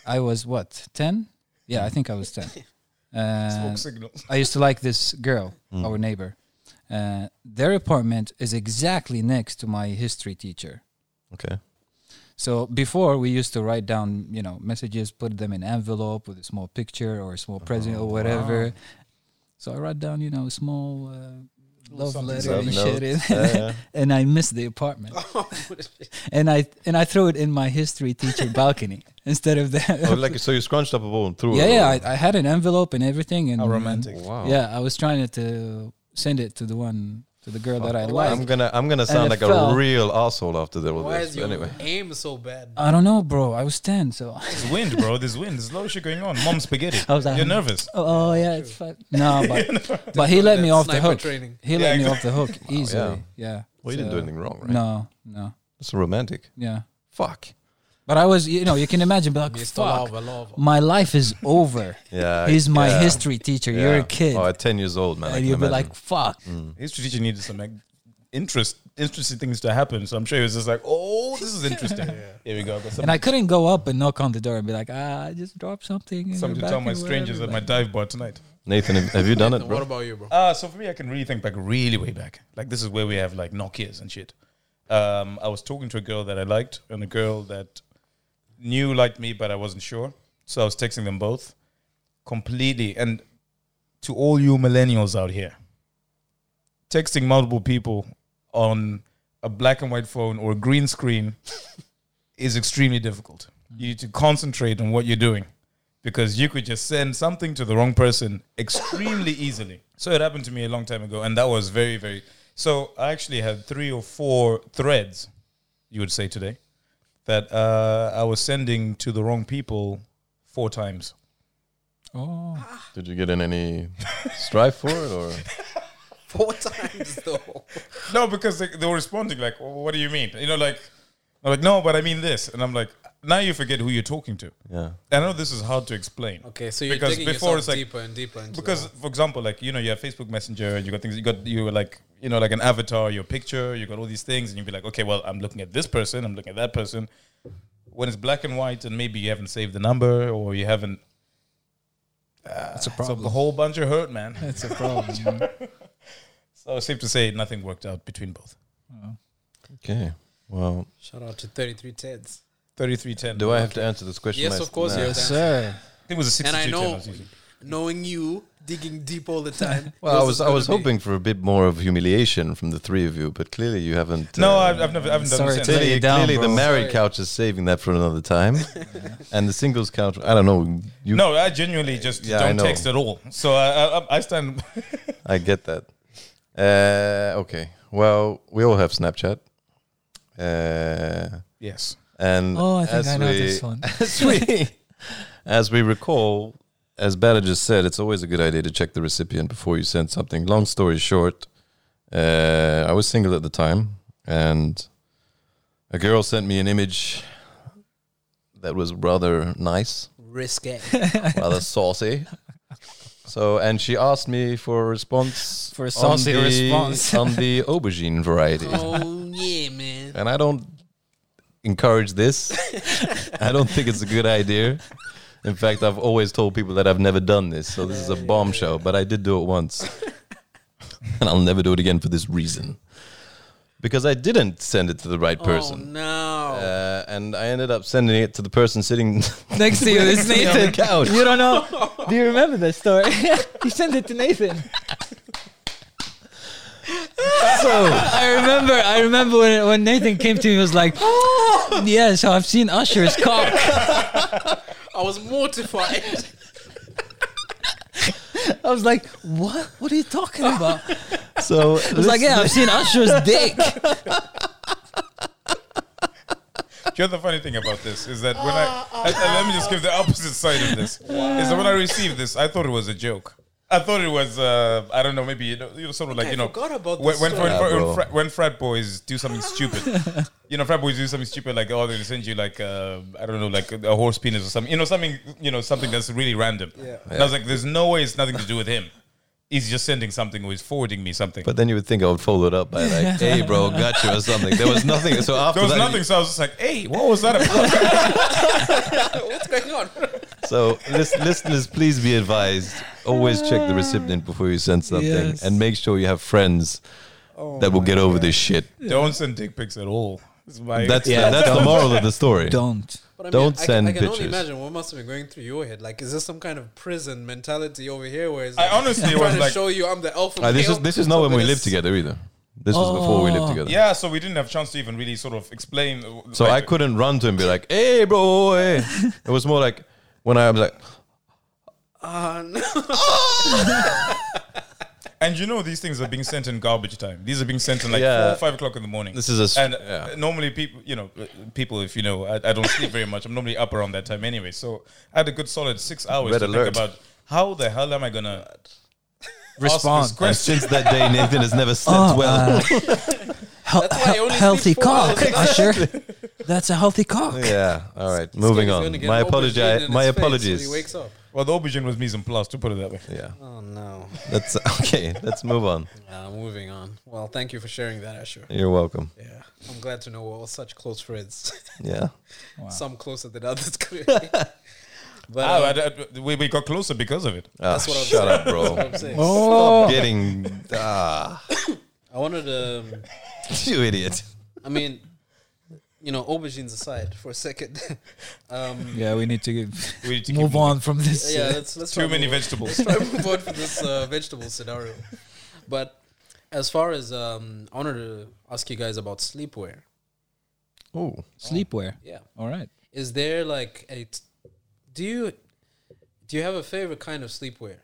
S3: I was what ten? Yeah, I think I
S4: [LAUGHS]
S3: was ten.
S1: Smoke
S3: Uh,
S1: signals.
S3: I used to like this girl,
S4: Mm.
S3: our neighbor. Uh, their apartment is exactly next to my history teacher.
S4: Okay.
S3: So before we used to write down, you know, messages, put them in envelope with a small picture or a
S4: Oh,
S3: small present or whatever. So I write down, you know, a small uh, love
S1: something,
S3: letter
S4: Love
S3: and shit, in,
S4: notes. Yeah,
S3: and I miss the
S4: [LAUGHS]
S3: apartment,
S4: Oh,
S2: [LAUGHS]
S3: and I and I throw it in my history
S4: [LAUGHS]
S3: teacher balcony instead of the.
S4: yeah. oh, like so, you scrunched up a ball and threw
S3: [LAUGHS] yeah,
S4: it.
S3: yeah,
S4: over.
S3: I, I had an envelope and everything, and
S1: How
S3: and-
S1: romantic.
S4: wow.
S3: yeah, I was trying to send it to the one to the girl that I
S4: Oh, I'm
S3: liked.
S4: gonna I'm gonna sound
S3: it
S4: like
S3: fell.
S4: a real asshole after the all
S2: Why is
S4: this.
S2: your
S4: but Anyway, Uh,
S2: aim so bad?
S3: I don't know, bro. I was ten, so
S1: There's wind, bro. There's wind. There's a lot of shit going on. Mom spaghetti.
S3: [LAUGHS] I was like,
S1: You're nervous.
S3: Oh, oh, yeah, it's fine. No, but but he let me
S2: That's
S3: off the
S2: sniper
S3: hook.
S2: training.
S3: He let me off the hook easily. yeah.
S4: well, you didn't do
S3: So,
S4: anything wrong, right?
S3: No, no,
S4: It's romantic.
S3: yeah.
S4: Fuck.
S3: But I was, you know, you can imagine, but like,
S2: Mr.
S3: fuck,
S2: Lava Lava.
S3: my life is over.
S4: [LAUGHS] Yeah.
S3: He's my
S4: yeah,
S3: history teacher.
S4: yeah.
S3: You're a kid,
S4: Oh, at ten years old, man. I
S3: and
S4: can
S3: you'll be
S4: imagine.
S3: like,
S4: Mm.
S3: fuck.
S1: History teacher needed some like, interest, interesting things to happen. So I'm sure he was just like, "Oh, this is [LAUGHS] interesting. Here we go." I've got
S3: And I
S1: something,
S3: couldn't go up and knock on the door and be like, ah, I just dropped something. in
S1: something
S3: your
S1: to tell my
S3: balcony,
S1: strangers at
S3: whatever."
S1: my dive bar tonight.
S4: Nathan, have, have you done it,
S2: Then what
S3: [LAUGHS]
S4: bro?
S2: about you,
S4: [LAUGHS]
S2: bro?
S1: Uh, so for me, I can really think back really way back. Like this is where we have like Nokia's and shit. Um, I was talking to a girl that I liked and a girl that knew liked me, but I wasn't sure. So I was texting them both completely. And to all you millennials out here, texting multiple people on a black and white phone or a green [LAUGHS] screen is extremely difficult. You need to concentrate on what you're doing because you could just send something to the wrong person extremely [COUGHS] easily. So it happened to me a long time ago, and that was very, very. So I actually had three or four threads, you would say today, that uh, I was sending to the wrong people four times.
S3: Oh,
S4: Did you get in any strife for
S3: [LAUGHS]
S4: it or?
S2: Four times though.
S1: No, because they, they were responding like, "Wh- "What do you mean?" You know, like, I'm like, "No, but I mean this," and I'm like, now you forget who you're talking to.
S4: Yeah.
S1: I know this is hard to explain.
S2: Okay, so you're
S1: Because
S2: digging
S1: before
S2: yourself
S1: it's like-
S2: deeper and deeper into
S1: Because,
S2: the-
S1: for example, like you know, you have Facebook Messenger, and you got things. You got you were like you know, like an avatar, your picture. You got all these things, and you'd be like, okay, well, I'm looking at this person, I'm looking at that person. When it's black and white, and maybe you haven't saved the number, or you haven't.
S3: that's
S1: [LAUGHS]
S3: a
S1: So a
S3: problem.
S1: whole bunch of hurt, man.
S3: That's a problem.
S1: [LAUGHS] So it's safe to say, nothing worked out between both.
S4: Okay. Well,
S2: shout out to 33 Teds.
S1: Thirty-three ten.
S4: do I have to answer this question?
S2: Yes,
S4: myself?
S2: of course,
S4: Nah.
S2: yes.
S3: yes, sir.
S1: I think it was a
S2: And
S1: sixty-two
S2: I know,
S1: ten.
S2: knowing you, digging deep all the time.
S4: [LAUGHS] Well, I
S2: this
S4: was
S2: is
S4: I
S2: gonna
S4: was
S2: be-
S4: hoping for a bit more of humiliation from the three of you, but clearly you haven't.
S1: No,
S4: uh,
S1: I've, I've never, I haven't done
S3: Sorry,
S1: it since.
S3: Let
S4: Clearly,
S3: you down,
S4: clearly the
S3: bro.
S4: married
S2: Sorry.
S4: couch is saving that for another
S2: [LAUGHS]
S4: time, and the singles couch. I don't know. You,
S1: No, I genuinely just
S4: Yeah, I
S1: don't
S4: know.
S1: text at all. So I, I, I- I stand. [LAUGHS]
S4: I get that. Uh, okay. Well, we all have Snapchat. Uh,
S1: yes.
S4: and
S3: Oh, I think
S4: as
S3: I know
S4: we,
S3: this one.
S4: As we, [LAUGHS] as we recall, as Bella just said, it's always a good idea to check the recipient before you send something. Long story short, uh, I was single at the time, and a girl sent me an image that was rather nice [LAUGHS]
S2: risky.
S3: [LAUGHS]
S4: rather saucy. So and she asked me for a response
S3: For a
S4: on
S3: saucy response.
S4: on the aubergine variety,
S2: oh yeah, man.
S4: and I don't encourage
S3: [LAUGHS]
S4: this. I don't think it's a good idea. In fact, I've always told people that I've never done this, so this is a bombshell. But I did do
S3: [LAUGHS]
S4: it once, and I'll never do it again for this reason, because I didn't send it to the right
S2: Oh
S4: person,
S2: no.
S4: uh, and I ended up sending it to the
S3: [LAUGHS]
S4: person sitting [LAUGHS]
S3: Next to you is
S4: on the
S3: Nathan.
S4: couch.
S3: You don't [LAUGHS] know? Do you remember that story? [LAUGHS] you sent it to Nathan.
S4: So.
S3: I remember. I remember when when Nathan came to me, he was [LAUGHS] like, "Yeah, so I've seen Usher's [LAUGHS] cock."
S2: I was mortified. [LAUGHS]
S3: I was like, "What? What are you [LAUGHS] talking about?" I
S4: So
S3: was like, "Yeah, I've seen Usher's dick."
S1: Do you know the funny thing about this is that when
S2: Uh,
S1: I, I- I- let me just give the opposite side of this is that when I received this, I thought it was a joke. I thought it was uh, I don't know maybe you know, you know, sort of like
S2: I
S1: you know
S2: forgot about
S1: when
S2: this
S1: when,
S2: story.
S1: when, fr-
S4: Yeah,
S1: when,
S4: bro.
S1: frat, when frat boys do something stupid, [LAUGHS] you know frat boys do something stupid like oh they send you like uh, I don't know like a horse penis or something you know something you know something that's really random. Yeah. And I was like, there's no way it's nothing to do with him. He's just sending something or he's forwarding me something.
S4: But then you would think I would follow it up by like, "Hey, bro, got you" or something. There was nothing. So after
S1: there was
S4: that,
S1: nothing, so I was just like, hey, what was that about? [LAUGHS]
S2: What's going on? [LAUGHS]
S4: so lis- listeners, please be advised: always check the recipient before you send something,
S3: Yes.
S4: and make sure you have friends
S2: Oh
S4: that will get over this shit.
S1: don't send dick pics at all. It's my-
S4: That's
S3: Yeah,
S4: the, that's the
S3: don't-
S4: moral of the story.
S3: [LAUGHS] Don't.
S2: But
S4: Don't
S2: I
S4: send
S2: can, I can only
S4: pictures.
S2: imagine what must have been going through your head. Like, is this some kind of prison mentality over here? Where it's
S1: I
S2: like,
S1: honestly
S2: I'm
S1: was
S2: trying to
S1: like-
S2: show you I'm the alpha.
S4: Uh, this
S2: male,
S4: is this is not when
S2: but
S4: we
S2: it's-
S4: lived together either. This was before
S2: Oh.
S4: we lived together.
S1: Yeah, so we didn't have a chance to even really sort of explain. uh,
S4: So I
S1: like-
S4: couldn't run to him and be like, "Hey, bro." Hey. It was more like when I was like,
S2: Ah, no.
S1: And you know, these things are being sent in garbage time. These are being sent in like
S4: Yeah.
S1: four or five o'clock in the morning.
S4: "This is a." s-
S1: and
S4: yeah.
S1: uh, normally people, you know, uh, people, if you know, I, I don't sleep very much. I'm normally up around that time anyway. So I had a good solid six hours
S4: Red
S1: to
S4: alert.
S1: think about how the hell am I gonna
S3: Respond.
S1: ask this
S4: And
S1: question.
S4: since that day, Nathan has never
S3: Oh,
S4: slept well.
S3: uh, hel-
S2: That's why I
S3: hel-
S2: only
S3: healthy
S2: sleep four
S3: cock,
S2: hours.
S3: Usher. That's a healthy cock.
S4: [LAUGHS] Yeah. All right. [LAUGHS] Moving
S2: He's gonna
S4: on.
S2: get
S4: My
S2: an aubergine
S4: apologize.
S2: in
S4: My
S2: his face when
S4: apologies.
S2: He wakes up.
S1: Well, the aubergine was mise en place, to put it that way.
S4: Yeah.
S2: Oh no.
S4: That's [LAUGHS] okay. Let's move on.
S2: Uh, moving on. Well, thank you for sharing that, Asher.
S4: You're welcome.
S2: Yeah, I'm glad to know we're all such close friends.
S4: Yeah.
S2: [LAUGHS] Some closer than others, [LAUGHS]
S4: [LAUGHS]
S2: clearly. but
S1: Ah,
S2: uh,
S1: I- I- we, we got closer because of it.
S4: Ah,
S2: That's what I was
S4: shut up,
S2: that's what
S4: bro.
S2: I'm saying.
S3: Oh,
S4: [LAUGHS] Getting ah, [LAUGHS]
S2: I wanted to. um,
S4: you idiot.
S2: I mean, you know, aubergines aside for a second. [LAUGHS] um,
S3: yeah. We need to, give,
S1: We need to
S3: move
S1: keep-
S3: on from this.
S2: yeah, let's let's
S1: Too
S2: try
S1: many
S2: move on.
S4: [LAUGHS]
S1: vegetables.
S2: Let's try to move on for this uh, vegetable scenario. But as far as um, I wanted to ask you guys about sleepwear.
S4: Oh,
S3: [LAUGHS] Sleepwear.
S2: Yeah,
S3: All right.
S2: is there like a? t- do you Do you have a favorite kind of sleepwear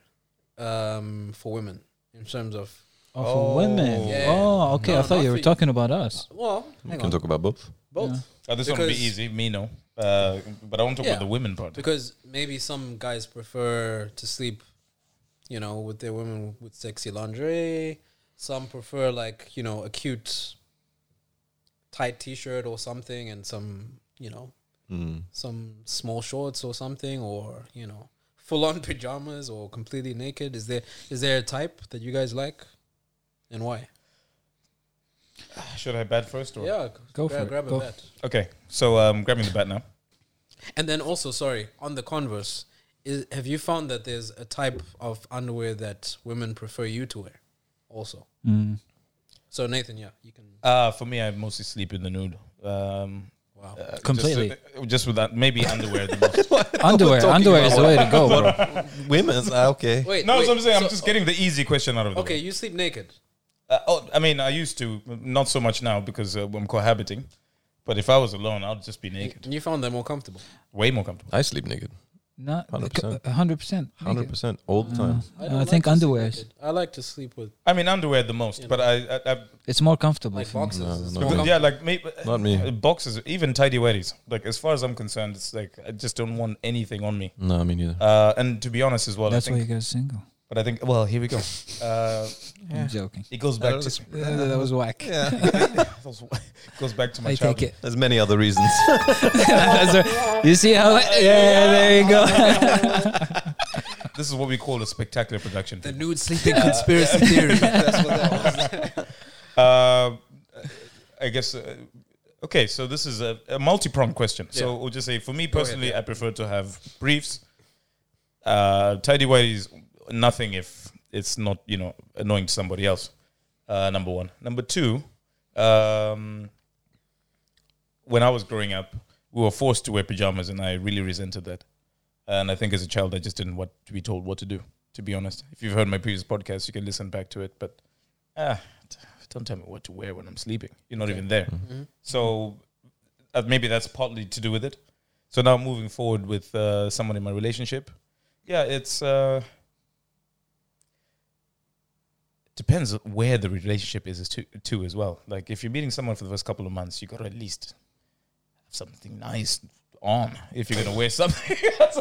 S2: um, for women in terms of?
S3: Oh, for women.
S2: Yeah.
S3: Oh, okay.
S2: No,
S3: I thought
S2: not
S3: you were
S2: for you.
S3: talking about
S2: [LAUGHS]
S3: us.
S2: Well,
S4: We
S2: hang
S4: can
S2: on,
S4: talk about both.
S2: both.
S1: Oh, this one will be
S2: Because-
S1: easy. Me no. Uh, but I want to talk
S2: Yeah.
S1: about the women part.
S2: Because maybe some guys prefer to sleep, you know, with their women with sexy lingerie. Some prefer like you know a cute, tight T-shirt or something, and some you know
S4: Hmm.
S2: some small shorts or something, or you know full-on [LAUGHS] pajamas or completely naked. Is there is there a type that you guys like, and why?
S1: Should I bat first or?
S2: Yeah,
S3: Go
S2: grab,
S3: for it,
S2: grab a
S3: go.
S2: bat.
S1: Okay, so um, grabbing the bat now.
S2: And then also, sorry, on the converse, is, have you found that there's a type of underwear that women prefer you to wear? Also,
S3: Mm.
S2: so Nathan, yeah, you can.
S1: Uh, for me, I mostly sleep in the nude. Um,
S2: Wow,
S1: uh, just-
S3: Completely.
S1: uh, Just, with that, maybe underwear. The most.
S3: Underwear. Underwear is the way to go, bro.
S4: Women's ah, okay.
S1: [LAUGHS]
S2: wait,
S1: No,
S2: wait,
S1: that's what I'm saying.
S2: so-
S1: I'm just getting the easy question out of the
S2: Okay,
S1: way.
S2: you sleep naked.
S1: Uh, oh, I mean, I used to, not so much now because uh, I'm cohabiting. But if I was alone, I'd just be naked.
S2: And you found that more comfortable.
S1: Way more comfortable.
S4: I sleep naked.
S3: No,
S4: 100%.
S3: 100%.
S4: 100% all the time.
S3: Uh, I,
S2: don't like
S3: think
S2: to sleep
S3: underwear. is-
S2: naked. I like to sleep with
S1: I mean, underwear the most, but I, I, I
S3: It's more comfortable.
S2: like
S3: for me.
S2: boxes.
S4: No,
S2: it's
S4: no,
S2: more
S4: no.
S1: yeah, like maybe
S4: Not me.
S1: uh, boxes, even tidy whities. Like as far as I'm concerned, it's like I just don't want anything on me.
S4: No, me neither.
S1: Uh, and to be honest, as well,
S3: That's
S1: I
S3: why you
S1: think.
S3: guys single.
S1: But I think, well, here we go. Uh,
S3: I'm joking.
S1: it goes
S4: I
S1: back
S4: don't
S1: to
S3: that was whack.
S1: it [LAUGHS] goes back to my
S3: I take
S1: childhood.
S3: it.
S4: There's many other reasons. [LAUGHS]
S3: That's right. you see how? Yeah, there you
S4: Oh,
S3: go.
S1: This is what we call a spectacular production.
S2: The nude sleeping conspiracy theory. [LAUGHS] That's what that was.
S1: Uh, I guess. Uh, okay, so this is a, a multi-pronged question. So we'll just say, for me
S2: ahead,
S1: personally, I prefer to have briefs. Uh, tidy whities, nothing if it's not you know annoying to somebody else. Uh, number one. Number two. Um, when I was growing up, we were forced to wear pajamas, and I really resented that. And I think as a child, I just didn't want to be told what to do. To be honest, if you've heard my previous podcast, you can listen back to it. But ah, t- don't tell me what to wear when I'm sleeping. You're not even there.
S2: Mm-hmm.
S1: So uh, maybe that's partly to do with it. So now moving forward with uh, someone in my relationship, yeah, it's uh, depends where the relationship is as to, to as well. Like if you're meeting someone for the first couple of months, you got to at least have something nice on if you're gonna wear something.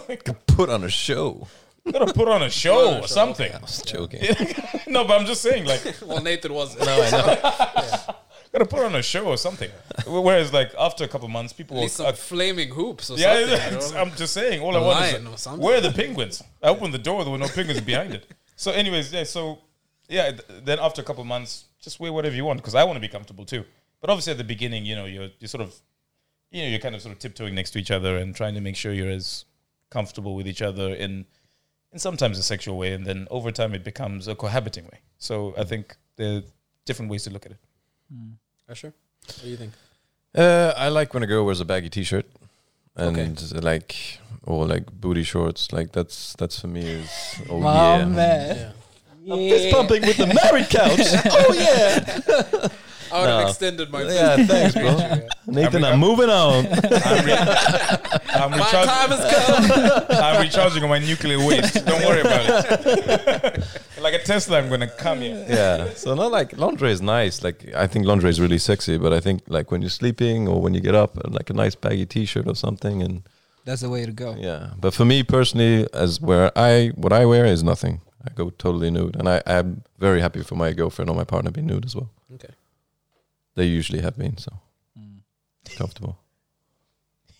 S1: [LAUGHS]
S4: Put on a show.
S1: you gotta put on a
S2: Put on
S1: show
S2: a
S1: or
S2: show,
S1: something.
S4: I was joking.
S1: [LAUGHS] no, but I'm just saying, like,
S2: [LAUGHS] Well, Nathan was.
S4: [LAUGHS] No, I know.
S1: gotta put on a show or something. Whereas, like, after a couple of months, people
S2: At least
S1: will.
S2: some flaming hoops or
S1: uh, [LAUGHS] Yeah,
S2: something. you
S1: it's- uh,
S2: know?
S1: I'm just saying. All I
S2: A lion
S1: want
S2: or
S1: is
S2: something.
S1: where are the penguins? I opened the door. There were no penguins behind it. So, anyways, yeah. So, yeah. th- Then after a couple of months, just wear whatever you want because I want to be comfortable too. But obviously, at the beginning, you know, you're you're sort of, you know, you're kind of sort of tiptoeing next to each other and trying to make sure you're as comfortable with each other in, in sometimes a sexual way, and then over time it becomes a cohabiting way. So I think there are different ways to look at it.
S2: Usher, what do you think?
S4: [LAUGHS] Uh, I like when a girl wears a baggy T-shirt, and
S2: Okay.
S4: like or like booty shorts. Like that's that's for me is
S3: [LAUGHS]
S4: oh
S3: My
S4: yeah.
S3: man.
S2: Yeah.
S4: Fist pumping with the married couch. [LAUGHS] oh yeah,
S2: I would have
S4: No.
S2: extended my
S4: yeah. Thanks,
S2: [LAUGHS]
S4: bro. Nathan, I'm moving on.
S1: I'm, re- I'm,
S2: My time
S1: recharging,
S2: has come.
S1: I'm recharging on my nuclear waste. Don't worry about it. like a Tesla, I'm gonna come here.
S4: yeah. So not like lingerie is nice. Like I think lingerie is really sexy, but I think like when you're sleeping or when you get up, and like a nice baggy T-shirt or something, and
S3: That's the way to go.
S4: yeah. But for me personally, as where I what I wear is nothing. I go totally nude, and I am very happy for my girlfriend or my partner being nude as well.
S2: Okay.
S4: They usually have been so [LAUGHS] comfortable.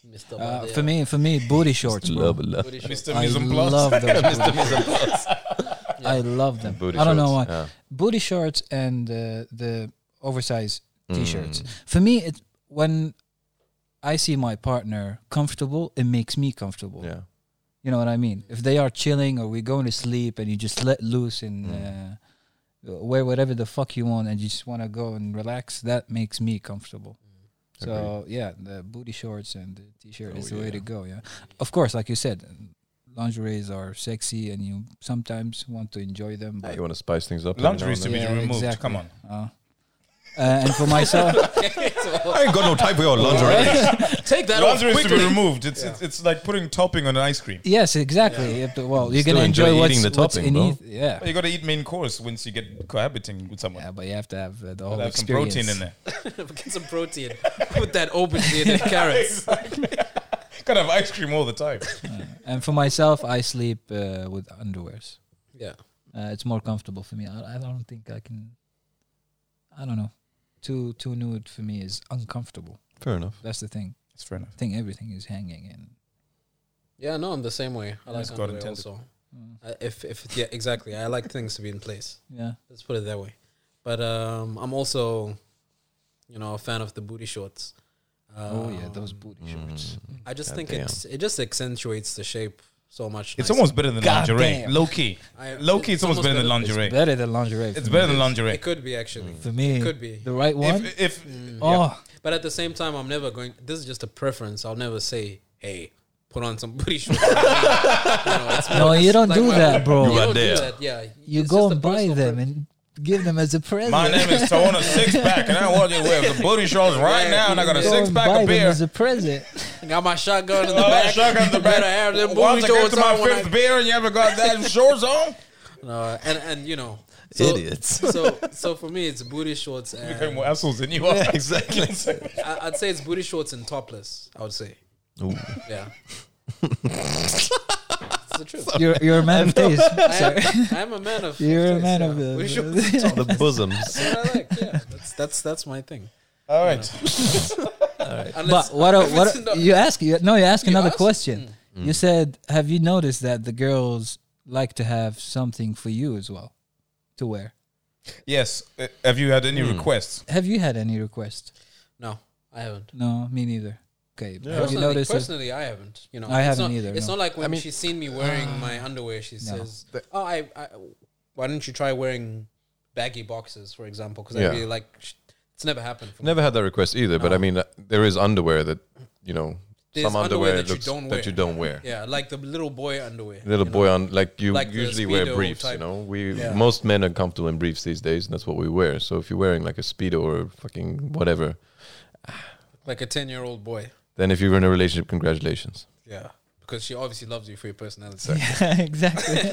S2: Mr.
S3: Mm. Uh, for me, for me, booty shorts. Bro.
S4: Love, love. [LAUGHS]
S1: Mr.
S3: I
S1: Mise en Place. [LAUGHS]
S3: love those. booty- [LAUGHS]
S2: Yeah.
S3: I love them.
S4: Booty
S3: I don't know why.
S4: shorts, yeah.
S3: Booty shorts and uh, the oversized t-shirts. For me, it when I see my partner comfortable, it makes me comfortable.
S4: Yeah.
S3: You know what I mean? If they are chilling or we're going to sleep and you just let loose and
S4: Mm.
S3: uh, wear whatever the fuck you want and you just want to go and relax, that makes me comfortable. So yeah, the booty shorts and the t-shirt
S4: Mm. Oh,
S3: is the way to
S4: yeah.
S3: go. Yeah,
S1: [LAUGHS]
S3: of course, like you said, lingeries are sexy and you sometimes want to enjoy them.
S4: Yeah,
S3: But
S4: you want to spice things up. every now
S1: Lingerie is to
S4: and
S1: be
S3: Yeah,
S1: removed.
S3: exactly.
S1: Come on.
S3: uh, Uh, and for myself,
S2: [LAUGHS]
S4: I ain't got no time for
S1: [LAUGHS]
S4: your lingerie.
S2: Take that off
S1: Lingerie is to be
S2: quickly.
S1: removed. It's, it's it's like putting topping on an ice cream.
S3: yes, exactly. Yeah, but, well, you're
S4: Still
S3: gonna enjoy,
S4: enjoy eating
S3: what's,
S4: the
S3: what's
S4: topping,
S3: in
S4: bro.
S3: eith- yeah.
S1: You got to eat main course once you get cohabiting with someone.
S3: yeah, but you have to have uh, the whole
S1: Gotta have some
S3: experience.
S1: protein in there.
S2: [LAUGHS] Get some protein. Put that aubergine
S1: [LAUGHS]
S2: and carrots.
S1: Gotta have ice cream all the time.
S3: And for myself, I sleep uh, with underwears.
S2: Yeah.
S3: Uh, it's more comfortable for me. I, I don't think I can. I don't know. Too too nude for me is uncomfortable.
S4: Fair enough.
S3: That's the thing.
S1: It's fair enough.
S3: I think everything is hanging in.
S2: Yeah, no, I'm the same way. I like
S1: As God
S2: underwear
S1: intended.
S2: also. Uh, if if yeah, exactly. I like things to be in place.
S3: Mm. Yeah.
S2: Let's put it that way. But um, I'm also, you know, a fan of the booty shorts. Uh,
S3: oh yeah, those booty shorts.
S2: I just
S4: God
S2: think
S4: damn.
S2: it's it just accentuates the shape so much.
S1: It's
S2: nicer.
S1: almost better than
S3: God
S1: lingerie.
S3: damn.
S1: Low key.
S2: I-
S1: Low key, it's, almost better than
S2: it's
S1: lingerie.
S3: Better than lingerie.
S1: It's
S3: for
S1: better
S3: me.
S1: than lingerie.
S2: It could be actually,
S3: For me,
S2: could be.
S3: the right one.
S1: If, if
S3: oh,
S2: but at the same time, I'm never going. This is just a preference. I'll never say, "Hey, put on some [LAUGHS] booty shorts." You know, it's
S3: no,
S2: more just
S3: you don't
S2: like
S3: do
S2: my-
S3: that, bro.
S4: You
S2: You
S4: are
S2: don't do
S4: there.
S2: that. Yeah,
S3: You
S2: It's
S3: go
S2: just a
S3: and buy
S2: personal
S3: them
S2: preference.
S3: and give them as a present.
S1: my name is Tawona Six Pack, and I want you to wear the booty shorts right
S2: Yeah.
S1: now, and I got a
S3: Go
S1: six
S3: and
S1: pack
S3: buy
S1: of
S3: them
S1: beer.
S3: as a present.
S2: Got my shotgun in the
S1: Oh,
S2: back.
S1: shotgun's
S2: [LAUGHS]
S1: the
S2: Better
S1: back.
S2: have them
S1: Once
S2: booty
S1: I get
S2: shorts
S1: to my
S2: on when I-
S1: fifth beer, and you haven't got that
S2: [LAUGHS]
S1: shorts on,
S2: No, and and you know, so,
S4: [LAUGHS] Idiots.
S2: So so for me, it's booty shorts.
S1: became
S2: And
S1: more assholes than you are. [LAUGHS]
S4: exactly.
S2: I, I'd say it's booty shorts and topless. I would say, yeah. it's the truth.
S3: You're you're
S1: [LAUGHS]
S3: a man of taste.
S2: I am, I am a man of.
S3: You're a
S2: taste,
S3: man
S2: yeah.
S3: of
S2: Booty
S3: uh,
S2: shorts
S3: [LAUGHS]
S2: and topless.
S4: the bosoms.
S2: That's what I like. Yeah, that's that's that's my thing.
S1: All right.
S2: Unless, [LAUGHS]
S3: But what a, what
S2: it's not-
S3: a, you ask you no you ask
S2: You
S3: another
S2: ask? Hmm.
S3: question.
S1: Mm.
S3: You said, have you noticed that the girls like to have something for you as well to wear?
S1: Yes. Uh, Have you had any requests?
S3: Have you had any requests?
S2: no, I haven't.
S3: No, me neither. Okay, have you
S2: Personally,
S3: noticed? if-
S2: personally, I haven't. You know,
S3: I
S2: it's
S3: haven't
S2: not-
S3: either,
S2: It's
S3: no. Ah,
S2: not like when she's seen me wearing my underwear, she says, "Oh, I, I, why didn't you try wearing baggy boxers, for example?" Because
S4: Yeah.
S2: I really like. Sh- it's never happened. For me.
S4: Never had that request either, but I mean, uh, there is underwear that, you know,
S2: There's
S4: some
S2: underwear
S4: underwear,
S2: that you
S4: looks,
S2: don't wear.
S4: that you don't wear.
S2: Yeah, like the little boy underwear. you
S4: Little
S2: know?
S4: boy on, like you
S2: Like the
S4: usually wear
S2: Speedo
S4: briefs,
S2: type.
S4: you know. We
S2: Yeah.
S4: most men are comfortable in briefs these days, and that's what we wear. So if you're wearing like a speedo or fucking whatever,
S2: like a ten-year-old boy.
S4: then if you're in a relationship, congratulations.
S2: Yeah, because she obviously loves you for your personality,
S3: [LAUGHS] yeah, exactly.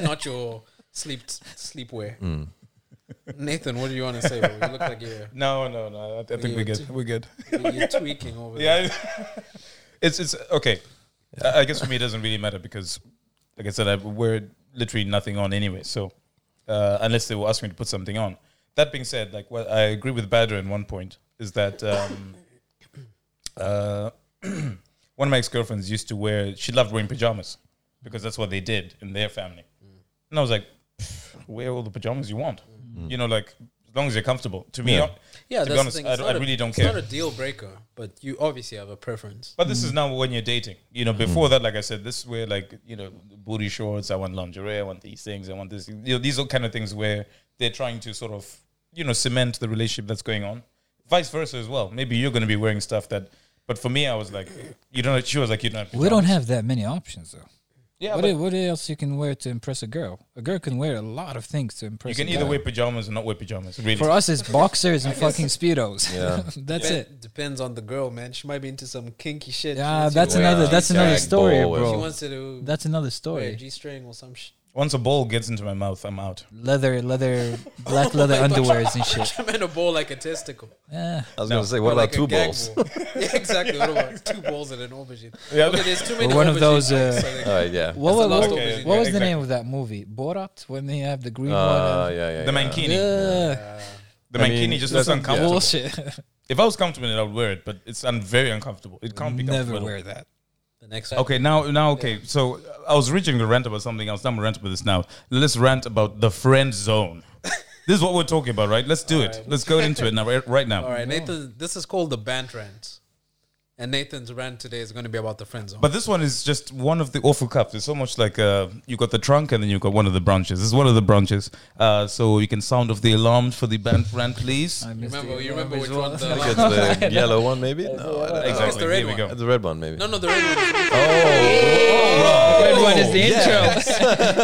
S1: [LAUGHS]
S2: [LAUGHS] not your sleep sleepwear.
S1: Hmm.
S2: Nathan, what do you want to say? Bro? You look like you're,
S1: No, no, no. I, I think
S2: You
S1: we're good.
S2: too.
S1: We're good.
S2: you're tweaking over there.
S1: Yeah. [LAUGHS] it's it's okay. I, I guess for me it doesn't really matter because, like I said, I wear literally nothing on anyway. So uh, unless they will ask me to put something on. That being said, like what I agree with Badr in one point is that um, [COUGHS] uh, [CLEARS THROAT] one of my ex girlfriends used to wear. She loved wearing pajamas because that's what they did in their family. And I was like, "Pff, wear all the pajamas you want. You know, like as long as you're comfortable. To me,
S4: Yeah.
S1: I-
S2: Yeah,
S1: to
S2: that's
S1: be honest,
S2: the thing.
S1: I,
S2: It's
S1: don't-
S2: not
S1: I
S2: a-
S1: really don't
S2: it's
S1: care.
S2: not a deal breaker, but you obviously have a preference.
S1: But this
S3: Mm.
S1: is now when you're dating. You know, before that, like I said, this is where like you know booty shorts. I want lingerie. I want these things. I want this. You know, these are kind of things where they're trying to sort of you know cement the relationship that's going on. Vice versa as well. Maybe you're going to be wearing stuff that. But for me, I was like, you don't. She was like, you don't. Have
S3: we don't have that many options though.
S1: Yeah,
S3: what,
S1: but
S3: e- what else you can wear to impress a girl? A girl can wear a lot of things to
S1: you
S3: impress.
S1: can
S3: a
S1: either
S3: guy.
S1: wear pajamas or not wear pajamas. Really.
S3: For us, it's
S1: [LAUGHS]
S3: boxers and fucking speedos.
S4: Yeah.
S3: [LAUGHS]
S2: Depen-
S3: that's it.
S2: Depends on the girl, man. She might be into some kinky shit. She
S3: Yeah,
S2: wants you
S3: that's
S2: to wear-
S3: another.
S4: Wow.
S3: That's another
S4: Jack
S3: story,
S4: Ball.
S2: She
S3: bro.
S2: wants you to
S3: That's another
S2: wear a
S3: story.
S2: g-string or some shit.
S1: Once a ball gets into my mouth, I'm out.
S3: Leather,
S2: [LAUGHS]
S3: leather, black leather underwears and shit.
S2: I meant a ball like a testicle.
S3: Yeah.
S4: I was gonna say, what
S2: Or
S4: about
S2: like a
S4: two
S2: gag
S4: balls?
S2: ball. [LAUGHS] yeah, exactly. What about two balls and an aubergine?
S1: Yeah.
S2: Okay, there's too many.
S3: Or one of those,
S2: aubergine
S3: uh,
S2: jokes, I think.
S4: [LAUGHS] All right,
S3: What,
S4: yeah.
S2: That's
S3: what,
S2: the
S3: what,
S1: Okay,
S2: last
S3: what
S1: okay,
S3: was the
S1: exactly.
S3: name of that movie? Borat, when they have the green
S4: Uh,
S3: one.
S4: yeah, yeah,
S1: The
S4: yeah.
S1: mankini.
S3: Yeah.
S1: The
S4: I
S1: mankini
S4: mean,
S1: just
S4: that's-
S1: looks
S4: yeah.
S1: uncomfortable.
S3: Bullshit. [LAUGHS]
S1: If I was comfortable, in it, I would wear it. But it's un- very uncomfortable. It can't be
S3: Never
S1: comfortable.
S3: wear that.
S2: The next one.
S1: Okay, now, now, okay. So uh, I was reaching to rant about something else. Now I'm rant about this now. Let's rant about the friend zone. this is what we're talking about, right? Let's do it. Let's go into it now, right, right now.
S2: All right, Nathan. This is called the band rant. And Nathan's rant today is going to be about the friend zone.
S1: But this one is just one of the awful cups. It's so much like uh, you got the trunk and then you got one of the branches. This is one of the branches. Uh, so you can sound off the alarms for the band rant,
S3: [LAUGHS]
S1: please.
S2: remember, you remember which one? [LAUGHS] The
S4: [LAUGHS]
S1: [LAUGHS]
S4: It's the yellow one, maybe. No, I don't
S1: Exactly.
S2: It's the red
S1: Here we go.
S4: know. the red one, maybe.
S2: no, no, the red one. Oh,
S5: Everyone is
S1: Oh,
S5: the
S2: [LAUGHS]
S5: intro.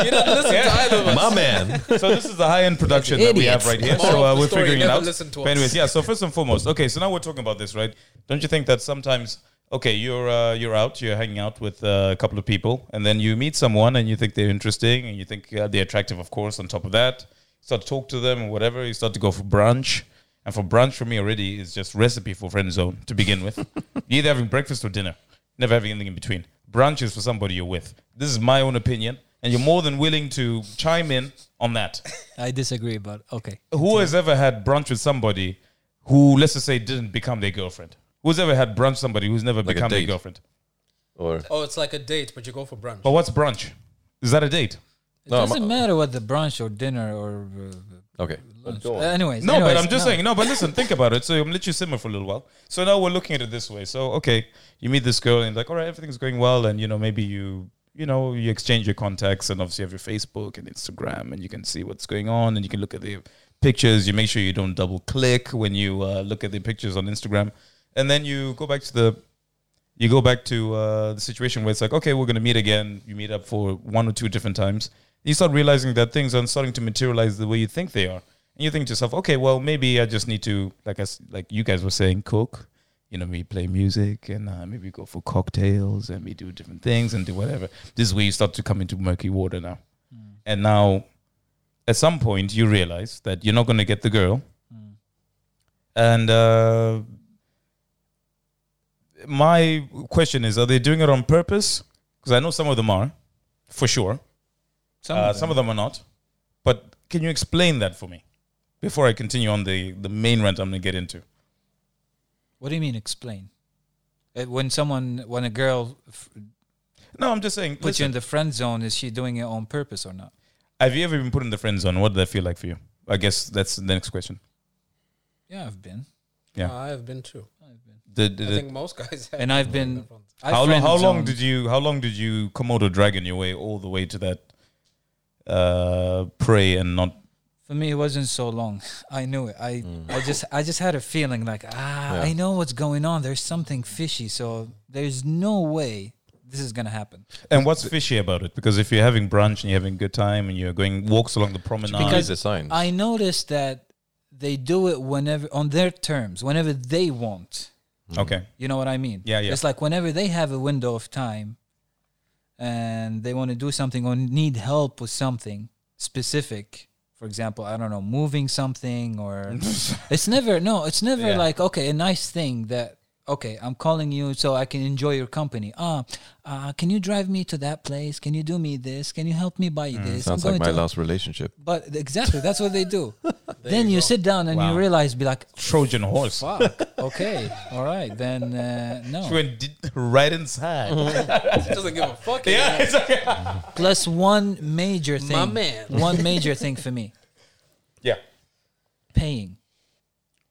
S2: You didn't listen to either of us.
S4: My man.
S1: so this is the high-end production that we have
S3: Idiots.
S1: right here.
S2: Moral
S1: So
S2: of
S1: uh,
S2: the
S1: we're
S2: story,
S1: figuring it
S2: never
S1: out.
S2: listen to
S1: But
S2: us.
S1: anyways, yeah. So first and foremost, okay. So now we're talking about this, right? Don't you think that sometimes, okay, you're uh, you're out, you're hanging out with uh, a couple of people, and then you meet someone and you think they're interesting and you think uh, they're attractive, of course. On top of that, start to talk to them and whatever. You start to go for brunch. And for brunch for me already is just recipe for friend zone to begin
S2: [LAUGHS]
S1: with. you're either having breakfast or dinner, never having anything in between. Brunch is for somebody you're with. This is my own opinion, and you're more than willing to chime in on that
S3: I disagree, but okay.
S1: who has ever had brunch with somebody who, let's just say, didn't become their girlfriend? Who's ever had brunch with somebody who's never
S4: Like a
S1: become their
S4: date.
S1: girlfriend?
S4: Or
S2: Oh, it's like a date, but you go for brunch.
S1: But what's brunch? Is that a date?
S3: It
S4: No, I'm-
S3: doesn't matter what the brunch or dinner or uh,
S4: okay.
S3: lunch. Anyways,
S1: No,
S3: anyways,
S1: but I'm just
S3: no.
S1: saying. No, but listen, think about it. So I'm let you simmer for a little while. So now we're looking at it this way. So okay, you meet this girl and like, all right, everything's going well, and you know maybe you you know you exchange your contacts and obviously you have your Facebook and Instagram and you can see what's going on and you can look at the pictures. You make sure you don't double click when you uh, look at the pictures on Instagram, and then you go back to the you go back to uh, the situation where it's like, okay, we're going to meet again. You meet up for one or two different times. You start realizing that things aren't starting to materialize the way you think they are. And you think to yourself, okay, well, maybe I just need to, like I, s- like you guys were saying, cook. You know, we play music and uh, maybe we go for cocktails and we do different things and do whatever. This is where you start to come into murky water now. And now, at some point, you realize that you're not going to get the girl.
S3: Mm,
S1: And uh, my question is: Are they doing it on purpose? Because I know some of them are, for sure.
S3: Some,
S1: uh,
S3: of
S1: some of them are not. But can you explain that for me before I continue on the the main rant I'm going to get into?
S3: What do you mean? Explain. Uh, when someone, when a girl f-
S1: No, I'm just saying.
S3: puts you
S1: listen,
S3: in the friend zone, is she doing it on purpose or not?
S1: have you ever been put in the friend zone? What did that feel like for you? I guess that's the next question.
S3: Yeah, I've been,
S1: Yeah.
S2: Uh, I have been too.
S1: Did,
S2: I
S1: did it-
S2: think most guys have.
S3: and I've been. I
S1: how long? How long
S3: friend-zoned-
S1: did you? How long did you Komodo dragon your way all the way to that uh, prey and not?
S3: For me, it wasn't so long. [LAUGHS] I knew it. I,
S1: Mm.
S3: I just, I just had a feeling like, ah,
S4: Yeah.
S3: I know what's going on. There's something fishy. So there's no way this is gonna happen.
S1: And what's fishy about it? Because if you're having brunch and you're having a good time and you're going walks along the promenade,
S4: Because the sign.
S3: I noticed that they do it whenever on their terms, whenever they want.
S1: okay,
S3: You know what I mean?
S1: Yeah, yeah.
S3: It's like whenever they have a window of time and they want to do something or need help with something specific. For example, I don't know, moving something or it's never no, it's never
S1: Yeah.
S3: like okay, a nice thing that okay, I'm calling you so I can enjoy your company. Ah, uh, can you drive me to that place? Can you do me this? Can you help me buy this?
S4: Sounds
S3: I'm going
S4: like my
S3: to
S4: last relationship.
S3: but exactly, that's what they do. then you, sit down and
S1: Wow.
S3: you realize, be like,
S1: Trojan horse.
S3: fuck, okay, all right, then uh,
S1: She
S3: no.
S1: went di- [LAUGHS] right inside.
S2: He doesn't give a fuck.
S1: yeah,
S2: anymore.
S1: it's okay.
S3: Plus one major thing,
S2: My man.
S3: one major thing for me,
S1: Yeah.
S3: paying,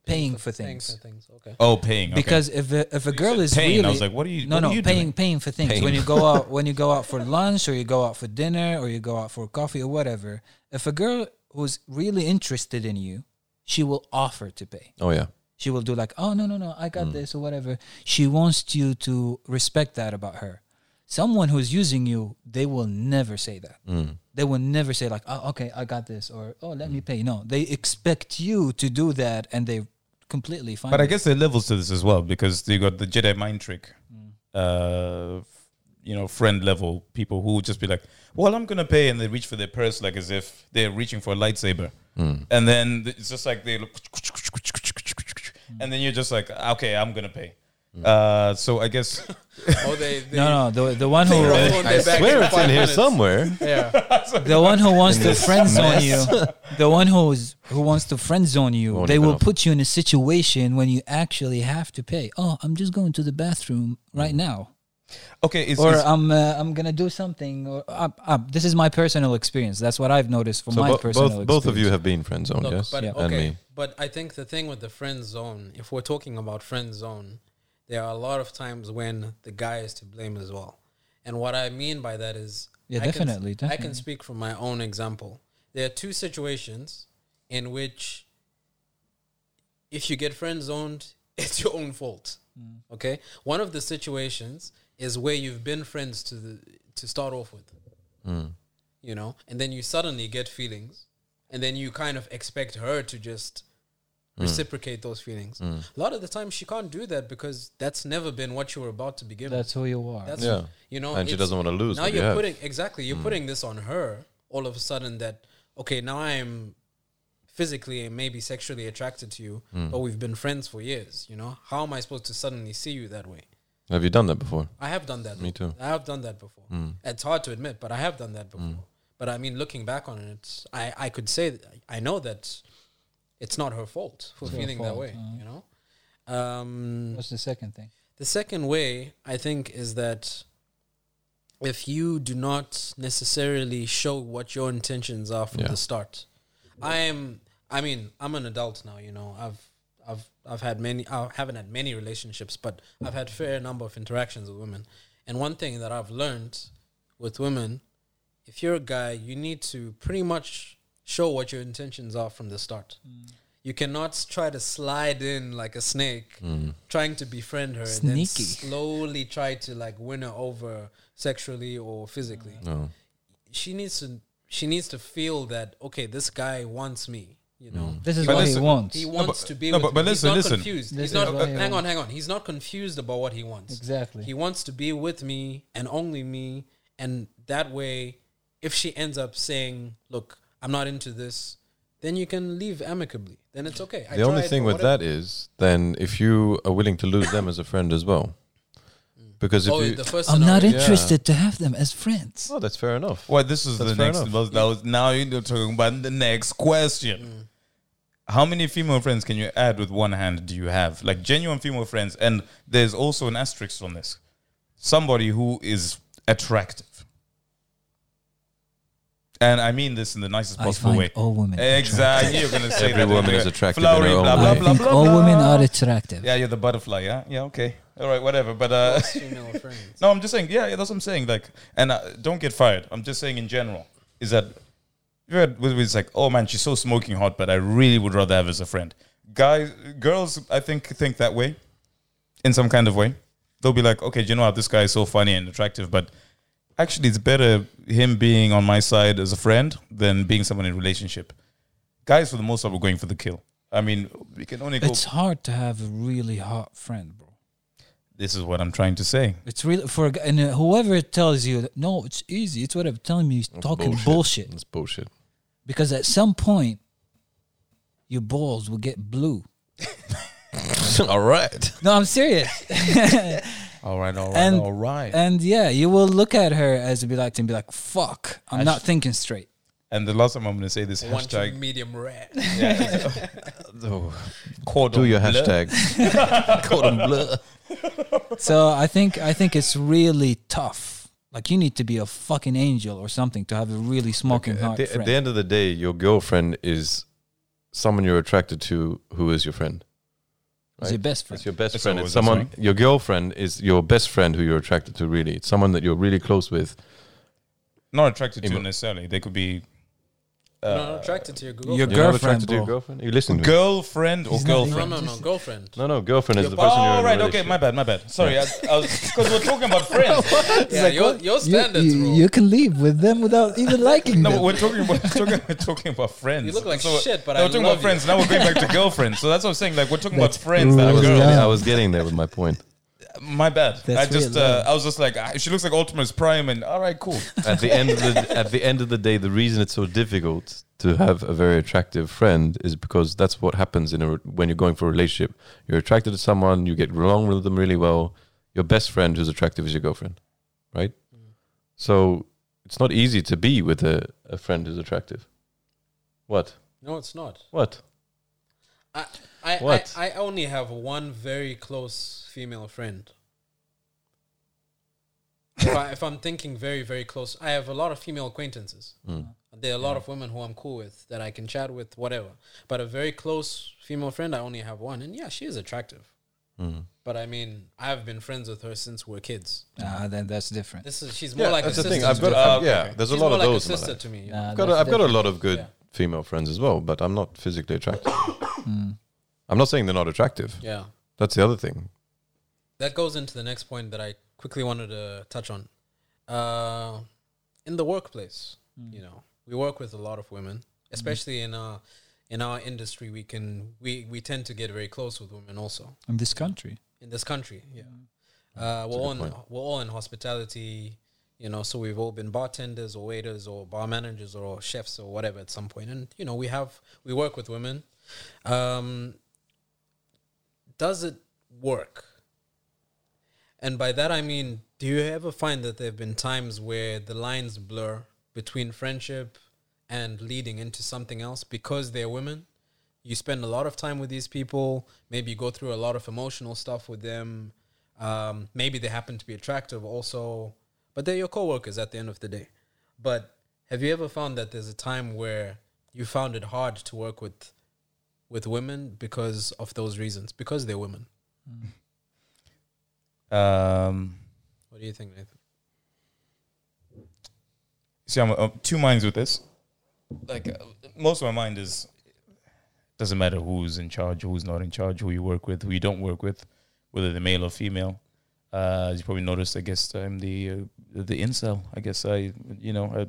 S3: paying for
S2: Thanks
S3: things.
S2: and things. Okay.
S1: Oh, paying. okay.
S3: Because if a, if a girl is
S1: paying,
S3: really,
S1: I was like, what are you?
S3: no
S1: what
S3: no
S1: are you
S3: paying
S1: doing?
S3: paying for things
S1: Paying.
S3: when you go out when you go out for lunch or you go out for dinner or you go out for coffee or whatever. If a girl who's really interested in you, she will offer to pay.
S4: Oh yeah.
S3: she will do like oh no no no i got this or whatever she wants you to respect that about her someone who's using you they will never say that they will never say like oh okay i got this or oh let me pay no they expect you to do that and they completely find
S1: But I
S3: it.
S1: guess there are levels to this as well because you got the Jedi mind trick, uh, you know, friend level people who would just be like, "Well, I'm gonna pay," and they reach for their purse like as if they're reaching for a lightsaber, and then th- it's just like they look, and then you're just like, "Okay, I'm gonna pay." Uh, so I guess
S2: Oh, they. they
S3: no no the, the one
S2: [LAUGHS]
S3: who
S2: They're all on
S4: I
S2: their back
S4: swear
S2: in
S4: it's
S2: five
S4: in here
S2: minutes.
S4: somewhere.
S2: Yeah.
S3: the one who wants to friend zone you the one who's who wants to friend zone you
S4: Won't
S3: they
S4: even
S3: will
S4: offer.
S3: put you in a situation when you actually have to pay oh i'm just going to the bathroom right now
S1: okay, it's,
S3: or
S1: it's-
S3: I'm uh, I'm gonna do something. Or uh, uh, this is my personal experience. That's what I've noticed from
S4: So
S3: my
S4: bo-
S3: personal
S4: both
S3: experience.
S4: both of you have been friend zoned,
S2: Look,
S4: yes,
S2: but
S3: Yeah.
S4: and
S2: okay.
S4: me.
S2: But I think the thing with the friend zone, if we're talking about friend zone, there are a lot of times when the guy is to blame as well. And what I mean by that is,
S3: Yeah,
S2: I can-
S3: definitely,
S2: I
S3: definitely.
S2: can speak from my own example. There are two situations in which, if you get friend zoned, [LAUGHS] it's your own fault.
S3: Mm.
S2: Okay, one of the situations is where you've been friends to the to start off with, you know, and then you suddenly get feelings, and then you kind of expect her to just
S4: Hmm.
S2: reciprocate those feelings. A lot of the time, she can't do that because that's never been what you were about to begin with.
S3: That's who you are.
S2: That's
S4: Yeah.
S2: you know,
S4: And she Hmm.
S2: it's-
S4: doesn't wanna lose
S2: Now
S4: what you
S2: you're
S4: have.
S2: putting exactly you're putting this on her all of a sudden. That okay, now I'm physically and maybe sexually attracted to you,
S4: Hmm.
S2: but we've been friends for years. You know, how am I supposed to suddenly see you that way?
S4: Have you done that before?
S2: I have done that.
S4: Me
S2: before.
S4: too. Mm.
S2: I have done that before. It's hard to admit, but I have done that before. But I mean, looking back on it, it's- I I could say that I know that it's not her fault for feeling that
S3: fault,
S2: way. You know. Um,
S3: What's the second thing?
S2: the second way, I think, is that if you do not necessarily show what your intentions are from
S4: Yeah.
S2: the start, I am. I mean, I'm an adult now. You know, I've, I've, I've had many. I haven't had many relationships, but I've had fair number of interactions with women. And one thing that I've learned with women, if you're a guy, you need to pretty much show what your intentions are from the start. You cannot s- try to slide in like a snake, trying to befriend her, and then
S3: Sneaky.
S2: slowly try to like win her over sexually or physically.
S4: No.
S2: She needs to. She needs to feel that okay, this guy wants me. You know,
S3: This is
S1: But
S3: what he
S1: listen-
S3: wants.
S2: he wants to be
S1: no,
S2: with
S1: but- but
S2: me.
S1: listen,
S2: he's not
S1: listen.
S2: confused.
S3: This
S2: he's not.
S3: is what he
S2: hang on,
S3: wants.
S2: hang on. He's not confused about what he wants.
S3: Exactly.
S2: He wants to be with me and only me, and that way, if she ends up saying, "Look, I'm not into this," then you can leave amicably. Then it's okay.
S4: The only thing with
S2: that.
S4: that is then if you are willing to lose them as a friend as well. Because if
S2: Oh,
S4: you
S2: the first
S3: I'm not
S2: scenario.
S3: interested to have them as friends.
S4: Oh, that's fair enough.
S1: Well, this is
S4: That's
S1: the
S4: fair
S1: next.
S4: enough.
S1: well, That was, now you're talking about the next
S4: Mm.
S1: question. How many female friends can you add with one hand? Do you have like genuine female friends? And there's also an asterisk on this. Somebody who is attractive, and I mean this in the nicest
S3: I
S1: possible
S3: find
S1: way.
S3: all women
S1: Exactly, you're gonna say
S4: Every
S1: that.
S4: woman
S1: You're
S4: is
S1: gonna-
S4: attractive in her
S1: Flowery,
S4: own
S1: blah
S4: way.
S1: blah
S3: I
S1: blah
S3: think
S1: blah,
S3: all
S1: blah.
S3: women are attractive.
S1: Yeah, you're the butterfly. Yeah, yeah, okay, all right, whatever. But uh,
S2: [LAUGHS] female
S1: [LAUGHS]
S2: friends.
S1: No, I'm just saying. Yeah, yeah, that's what I'm saying. Like, and uh, don't get fired. I'm just saying in general is that you had it's like, oh man, she's so smoking hot, but I really would rather have her as a friend. Guys, girls, I think think that way, in some kind of way. They'll be like, okay, do you know what? This guy is so funny and attractive, but actually, it's better him being on my side as a friend than being someone in a relationship. Guys, for the most part, we're going for the kill. I mean, we can only go.
S3: It's hard to have a really hot friend, bro.
S1: this is what I'm trying to say.
S3: It's really for a g- and uh, whoever tells you that, no, it's easy. It's what I'm telling you. He's talking bullshit.
S4: That's
S2: [LAUGHS]
S4: bullshit. [LAUGHS]
S3: because at some point your balls will get blue.
S4: All right.
S3: No, I'm serious.
S1: All right, all right,
S3: And-
S1: all right.
S3: and yeah, you will look at her as a belike and be like, "Fuck, I'm not thinking straight."
S1: And the last time I'm going to say this
S2: One to
S1: hashtag [LAUGHS]
S2: medium rare.
S1: cordon
S4: Do your
S1: bleu.
S2: [LAUGHS]
S4: hashtag. Cordon bleu.
S3: So I think I think it's really tough. Like you need to be a fucking angel or something to have a really smoking
S4: At
S3: hot
S4: the, at
S3: friend.
S4: the end of the day, your girlfriend is someone you're attracted to who is your friend.
S3: It's your best friend.
S4: It's your best
S1: That's
S4: friend.
S1: what
S4: It's
S1: I was
S4: someone your girlfriend is your best friend who you're attracted to really. It's someone that you're really close with.
S1: Not attracted to
S4: Emo-
S1: necessarily. They could be uh,
S2: no, I'm attracted to your girlfriend.
S3: Your
S4: You're not
S3: girlfriend,
S4: attracted to your
S3: bro.
S4: girlfriend? You listen to me.
S1: girlfriend or
S3: He's not
S2: no,
S1: girlfriend.
S2: no,
S3: [LAUGHS]
S2: no, girlfriend.
S4: No, no, girlfriend is the person you're
S1: Oh,
S4: in a
S1: right. Okay,
S4: relationship
S1: my bad, my bad. Sorry, I, I was because we're talking about friends.
S4: [LAUGHS]
S2: yeah, your, your standards, bro. You,
S3: can leave with them [LAUGHS] without even liking
S1: No, we're talking about we're talking, we're talking about friends.
S2: look like
S1: So,
S2: shit, but
S1: no,
S2: I
S1: we're talking
S2: love
S1: about friends. Now we're going
S2: [LAUGHS]
S1: back to girlfriends. So that's what I'm saying. Like we're talking
S3: That's
S1: about friends that
S4: I
S1: are
S4: was,
S1: girls.
S4: I was getting there with my point.
S1: My bad.
S3: That's
S1: I just
S3: real
S1: uh,
S3: love.
S1: I was just like ah, she looks like Ultimus Prime, and all right, cool.
S4: At the end of the at the end of the day, the reason it's so difficult to have a very attractive friend is because that's what happens in a, re- when you're going for a relationship. You're attracted to someone, you get along with them really well. Your best friend who's attractive is your girlfriend, right? So it's not easy to be with a, a friend who's attractive. What?
S2: no, it's not.
S4: What?
S2: I, I,
S4: What?
S2: I, I only have one very close female friend. if, I, if I'm thinking very, very close, I have a lot of female acquaintances.
S4: Mm.
S2: There are a lot of women who I'm cool with that I can chat with, whatever. But a very close female friend, I only have one. And yeah, she is attractive. But I mean, I've been friends with her since we're kids.
S3: Ah, then that's different.
S2: This is she's more
S4: Yeah,
S2: like
S4: that's
S2: a
S4: the
S2: sister.
S4: thing. I've
S2: to
S4: got
S2: me.
S4: I've-
S1: okay,
S4: yeah.
S1: okay.
S4: There's a
S2: She's
S4: lot
S2: more
S4: of
S2: like
S4: those.
S2: a
S4: in my
S2: sister
S4: life.
S2: to me. you know?
S3: Nah,
S4: I've got a,
S3: that's
S4: I've got a
S3: different.
S4: lot of good
S2: Yeah.
S4: female friends as well, but I'm not physically attracted.
S3: Hmm.
S4: I'm not saying they're not attractive.
S2: Yeah.
S4: That's the other thing.
S2: That goes into the next point that I quickly wanted to touch on. Uh, in the workplace, you know, we work with a lot of women, especially in our in our industry. We can we we tend to get very close with women also
S3: in this country.
S2: in this country. Yeah, uh, we're all in, we're all in hospitality. You know, so we've all been bartenders or waiters or bar managers or chefs or whatever at some point, and you know we have we work with women. Um, does it work? And by that I mean, do you ever find that there have been times where the lines blur between friendship and leading into something else because they're women? You spend a lot of time with these people. Maybe you go through a lot of emotional stuff with them. Um, maybe they happen to be attractive also, but they're your coworkers at the end of the day. But have you ever found that there's a time where you found it hard to work with with women because of those reasons? Because they're women.
S1: Um,
S2: What do you think, Nathan?
S1: see, I'm of two minds with this. Like, uh, most of my mind is doesn't matter who's in charge, who's not in charge, who you work with, who you don't work with, whether they're male or female. Uh, as you probably noticed, I guess I'm the uh, the incel. I guess I, you know, I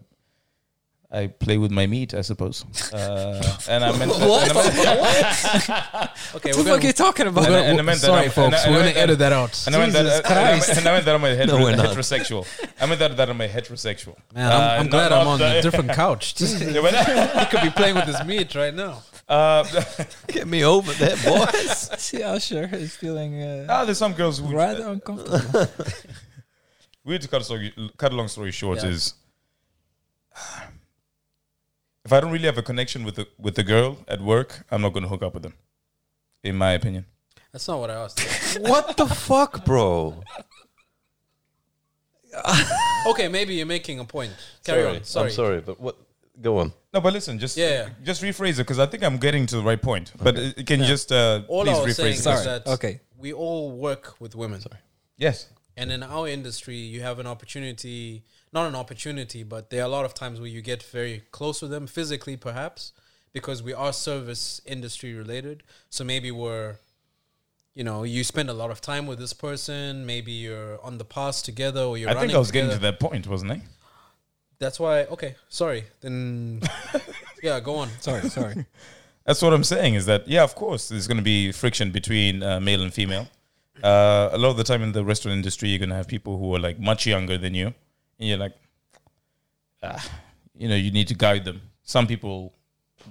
S1: I play with my meat, I suppose. Uh, and I meant that- and I meant-
S2: Okay,
S3: What the fuck are you talking about?
S1: And I- and I meant that
S5: Sorry,
S1: I'm-
S5: folks.
S1: and I- and
S5: we're
S1: I-
S5: going to edit that out.
S1: And I meant
S5: Jesus
S1: that, and I meant-
S5: Christ.
S1: and I meant that I'm a hetero-
S5: No, we're not.
S1: heterosexual. I meant that, that I'm a heterosexual.
S2: Man, I'm,
S1: Uh,
S2: I'm
S1: not-
S2: glad
S1: not
S2: I'm on
S1: the-
S2: a different couch. [LAUGHS] Jesus,
S1: Yeah, but-
S2: I could be playing with this meat right now.
S1: [LAUGHS] Uh, [LAUGHS]
S5: Get me over there, boy.
S3: [LAUGHS] See, Usher is feeling
S1: [LAUGHS]
S3: uh,
S1: ah, there's some girls who
S3: rather uncomfortable.
S1: we had to cut a story, cut a long story short
S2: Yeah.
S1: is [SIGHS] if I don't really have a connection with the with the girl at work, I'm not going to hook up with them. In my opinion,
S2: That's not what I asked.
S5: what the fuck, bro?
S2: Okay, maybe you're making a point. Carry on. Sorry.
S4: I'm sorry, but what? Go on.
S1: no. But listen, just
S2: Yeah, yeah.
S1: just rephrase it because I think I'm getting to the right point. But uh, can you just uh,
S2: All
S1: please
S2: I was saying
S1: rephrase? it?
S2: is
S3: Sorry.
S2: that
S3: Okay.
S2: we all work with women.
S1: Yes,
S2: And in our industry, you have an opportunity, not an opportunity, but there are a lot of times where you get very close with them physically, perhaps, because we are service industry related. So maybe we're, you know, you spend a lot of time with this person. Maybe you're on the pass together or you're
S1: I
S2: running
S1: think I was
S2: together.
S1: getting to that point, wasn't I?
S2: That's why, okay, sorry. Then, yeah, go on.
S3: sorry, [LAUGHS] sorry.
S1: That's what I'm saying is that, yeah, of course, there's going to be friction between uh, male and female. Uh, a lot of the time in the restaurant industry, you're going to have people who are like much younger than you. And you're like, ah, you know, you need to guide them. Some people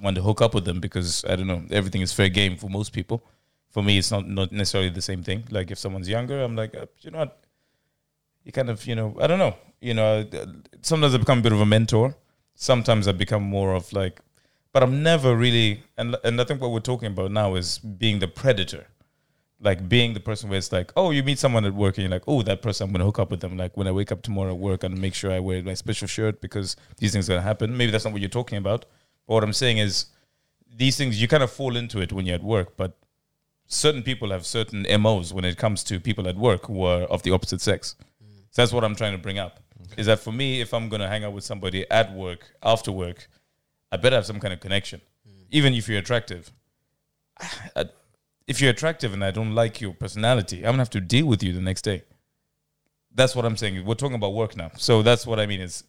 S1: want to hook up with them because, I don't know, everything is fair game for most people. For me, it's not, not necessarily the same thing. Like if someone's younger, I'm like, uh, you know what? You kind of, you know, I don't know. You know, uh, sometimes I become a bit of a mentor. Sometimes I become more of like, but I'm never really and and I think what we're talking about now is being the predator, like being the person where it's like, oh, you meet someone at work and you're like, oh, that person, I'm gonna hook up with them. Like when I wake up tomorrow at work, I'm gonna make sure I wear my special shirt because these things are gonna happen. Maybe that's not what you're talking about. But what I'm saying is, these things you kind of fall into it when you're at work, but certain people have certain MOs when it comes to people at work who are of the opposite sex. So that's what I'm trying to bring up. Is that for me, if I'm gonna hang out with somebody at work, after work, I better have some kind of connection, even if you're attractive. [SIGHS] I- if you're attractive and I don't like your personality, I'm gonna have to deal with you the next day. That's what I'm saying. We're talking about work now, so that's what I mean. Is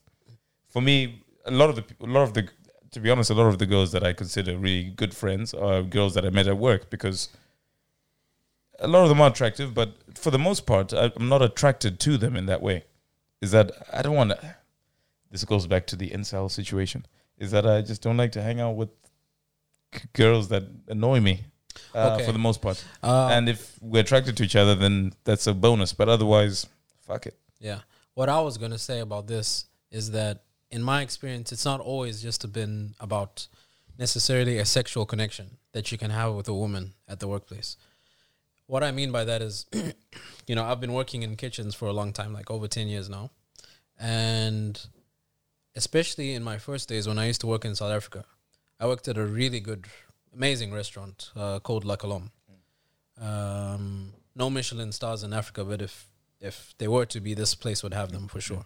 S1: for me, a lot of the peop- a lot of the to be honest, a lot of the girls that I consider really good friends are girls that I met at work because a lot of them are attractive, but for the most part, I, I'm not attracted to them in that way. Is that I don't want to. This goes back to the incel situation. Is that I just don't like to hang out with g- girls that annoy me uh,
S2: Okay.
S1: for the most part.
S2: Uh,
S1: and if we're attracted to each other, then that's a bonus. But otherwise, fuck it.
S2: Yeah. What I was going to say about this is that in my experience, it's not always just been about necessarily a sexual connection that you can have with a woman at the workplace. What I mean by that is, [CLEARS THROAT] you know, I've been working in kitchens for a long time, like over 10 years now. And especially in my first days when I used to work in South Africa, I worked at a really good, amazing restaurant uh, called La Colombe. Um, no Michelin stars in Africa, but if if they were to be, this place would have them for sure.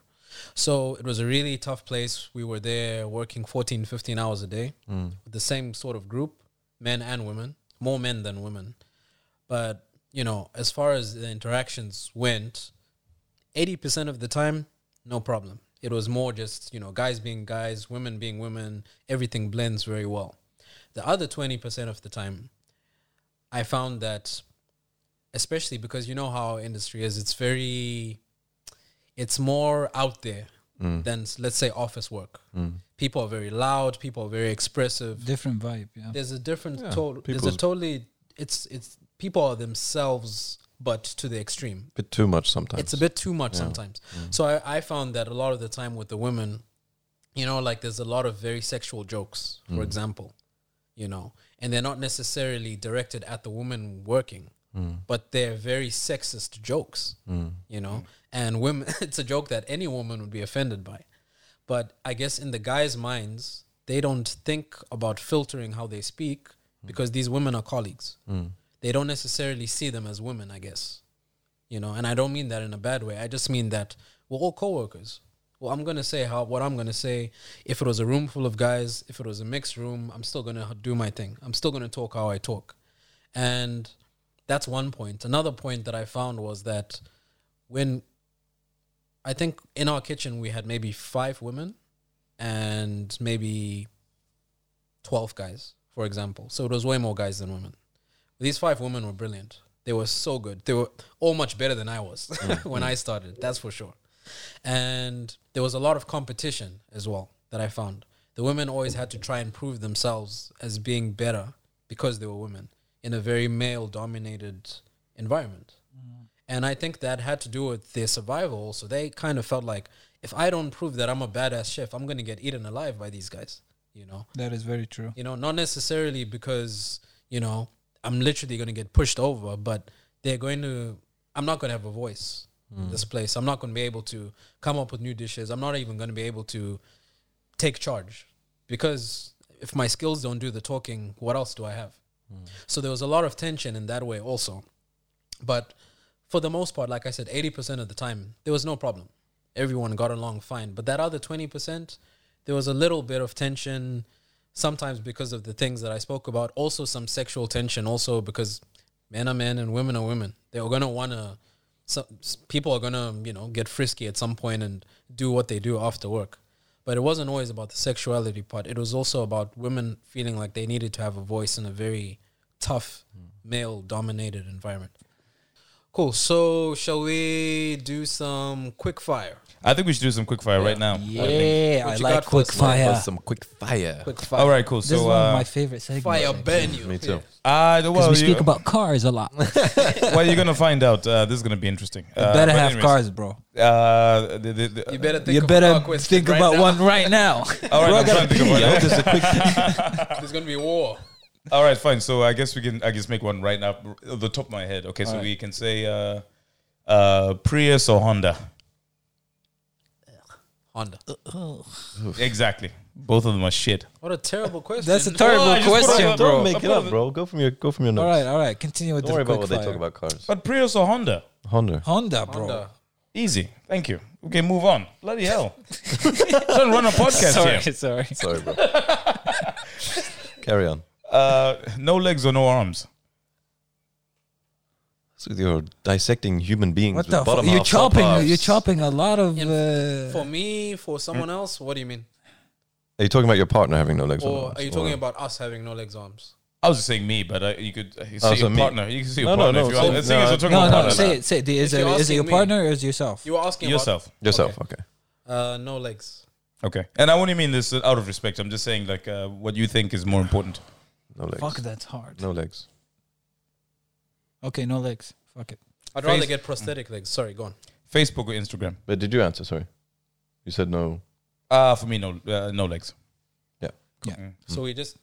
S2: So it was a really tough place. We were there working 14, 15 hours a day with the same sort of group, men and women, more men than women. But, you know, as far as the interactions went, 80% of the time, no problem. It was more just, you know, guys being guys, women being women, everything blends very well. The other 20% of the time, I found that, especially because you know how our industry is, it's very, it's more out there
S4: Mm,
S2: than, s- let's say, office work. People are very loud, people are very expressive
S3: Different vibe, yeah.
S2: there's a different total there's a
S4: people's-
S2: totally it's it's people are themselves but to the extreme
S4: bit too much sometimes.
S2: it's a bit too much sometimes so I, I found that a lot of the time with the women you know like there's a lot of very sexual jokes for example you know and they're not necessarily directed at the woman working but they're very sexist jokes you know and women [LAUGHS] it's a joke that any woman would be offended by but I guess in the guys' minds, they don't think about filtering how they speak because these women are colleagues. They don't necessarily see them as women, I guess. You know, and I don't mean that in a bad way. I just mean that we're all coworkers. Well, I'm gonna say how what I'm gonna say. If it was a room full of guys, if it was a mixed room, I'm still gonna do my thing. I'm still gonna talk how I talk, and that's one point. Another point that I found was that when I think in our kitchen we had maybe five women and maybe twelve guys, for example. So it was way more guys than women. These five women were brilliant. They were so good. They were all much better than I was [LAUGHS] when I started. That's for sure. And there was a lot of competition as well that I found. The women always had to try and prove themselves as being better because they were women in a very male-dominated environment. And I think that had to do with their survival. Also, they kind of felt like if I don't prove that I'm a badass chef, I'm going to get eaten alive by these guys, you know?
S3: That is very true.
S2: You know, not necessarily because, you know, I'm literally going to get pushed over, but they're going to, I'm not going to have a voice in this place. I'm not going to be able to come up with new dishes. I'm not even going to be able to take charge because if my skills don't do the talking, what else do I have? So there was a lot of tension in that way also. But for the most part, like I said, 80% of the time, there was no problem. Everyone got along fine. But that other 20%, there was a little bit of tension, sometimes because of the things that I spoke about. Also, some sexual tension, also because men are men and women are women. They're going to want to, some s- people are going to, you know, get frisky at some point and do what they do after work. But it wasn't always about the sexuality part. It was also about women feeling like they needed to have a voice in a very tough, male dominated environment. Cool. So shall we do some quick fire?
S1: I think we should do some quick fire right now. I think.
S3: Yeah,
S2: What
S3: I
S2: you
S3: like
S2: got for
S3: quick
S2: us, Mike?
S3: fire.
S4: some quick fire.
S2: Quick fire.
S1: All right, cool.
S3: This is
S1: So,
S3: one of
S1: uh,
S3: my favorite segments.
S2: Fire
S3: actually.
S2: burn you.
S4: Me too.
S1: I don't-
S3: 'Cause
S1: well,
S3: we
S1: you-
S3: speak about cars
S2: [LAUGHS]
S3: a lot.
S1: [LAUGHS]
S4: Uh,
S1: well, you're gonna find out. Uh, this is gonna be interesting. Uh,
S3: better
S1: but
S3: have
S1: anyways,
S3: cars, bro.
S1: Uh, the, the, the,
S2: You better think.
S3: you
S2: of
S3: better
S2: our question
S3: think
S2: right
S3: about
S2: now.
S3: one right now.
S1: all right, I'm
S3: [LAUGHS]
S1: trying to think of one.
S2: [LAUGHS] There's gonna be war.
S1: All right, fine. So I guess we can. I guess make one right now, r- off the top of my head. Okay, so
S3: right.
S1: we can say uh, uh, Prius or Honda.
S2: Honda.
S1: Exactly. Both of them are shit.
S2: What a
S3: [LAUGHS]
S2: terrible question.
S3: That's a terrible
S1: Oh, I just put
S3: question,
S1: it up.
S3: bro.
S1: Don't
S4: Make it up, bro. Go from your go from your notes.
S3: All right, all right. Continue with
S4: Don't
S3: the
S4: worry
S3: quick
S4: about what they
S3: fire.
S4: talk about cars.
S1: But Prius or Honda?
S4: Honda.
S3: Honda, bro.
S2: Honda.
S1: Easy. Thank you. Okay, move on. Bloody
S3: [LAUGHS]
S1: hell. Don't run a podcast
S3: Sorry,
S1: here.
S3: [LAUGHS] sorry.
S4: Sorry, bro. Carry on.
S1: Uh, no legs or no arms.
S4: So you're dissecting human beings.
S3: What
S4: with
S3: the?
S4: bottom
S3: F- you're
S4: half, top
S3: chopping.
S4: halves.
S3: You're chopping a lot of.
S2: In-
S3: Uh,
S2: For me, for someone
S3: Mm.
S2: else, what do you mean?
S4: Are you talking about your partner having no legs?
S2: Or are you talking
S4: or-
S2: about us having no legs, arms?
S1: I was just saying me, but uh, you could uh, see
S4: so
S1: your
S4: me.
S1: partner. You can see
S4: No,
S1: your
S4: no,
S1: partner
S4: no,
S1: if you
S4: so-
S1: want. As long as
S4: no,
S1: you're talking
S3: no,
S1: about
S3: no.
S1: partner.
S3: Say it. Say it. Is,
S2: If
S3: it-
S2: you're
S3: is it your
S2: asking me-
S3: partner or is it yourself?
S2: You were asking
S1: yourself.
S4: yourself? Okay.
S2: About, uh, no legs.
S1: Okay. And I only mean this uh, out of respect. I'm just saying, like, uh, what you think is more important.
S4: No legs.
S3: Fuck, that's hard.
S4: No legs.
S3: Okay, no legs. Fuck it.
S2: I'd
S1: Face-
S2: rather get prosthetic legs. Sorry, go on.
S3: Mm.
S1: Facebook or Instagram?
S4: But did you answer? Sorry, you said no.
S1: Uh, for me, no, uh, no legs.
S2: So we just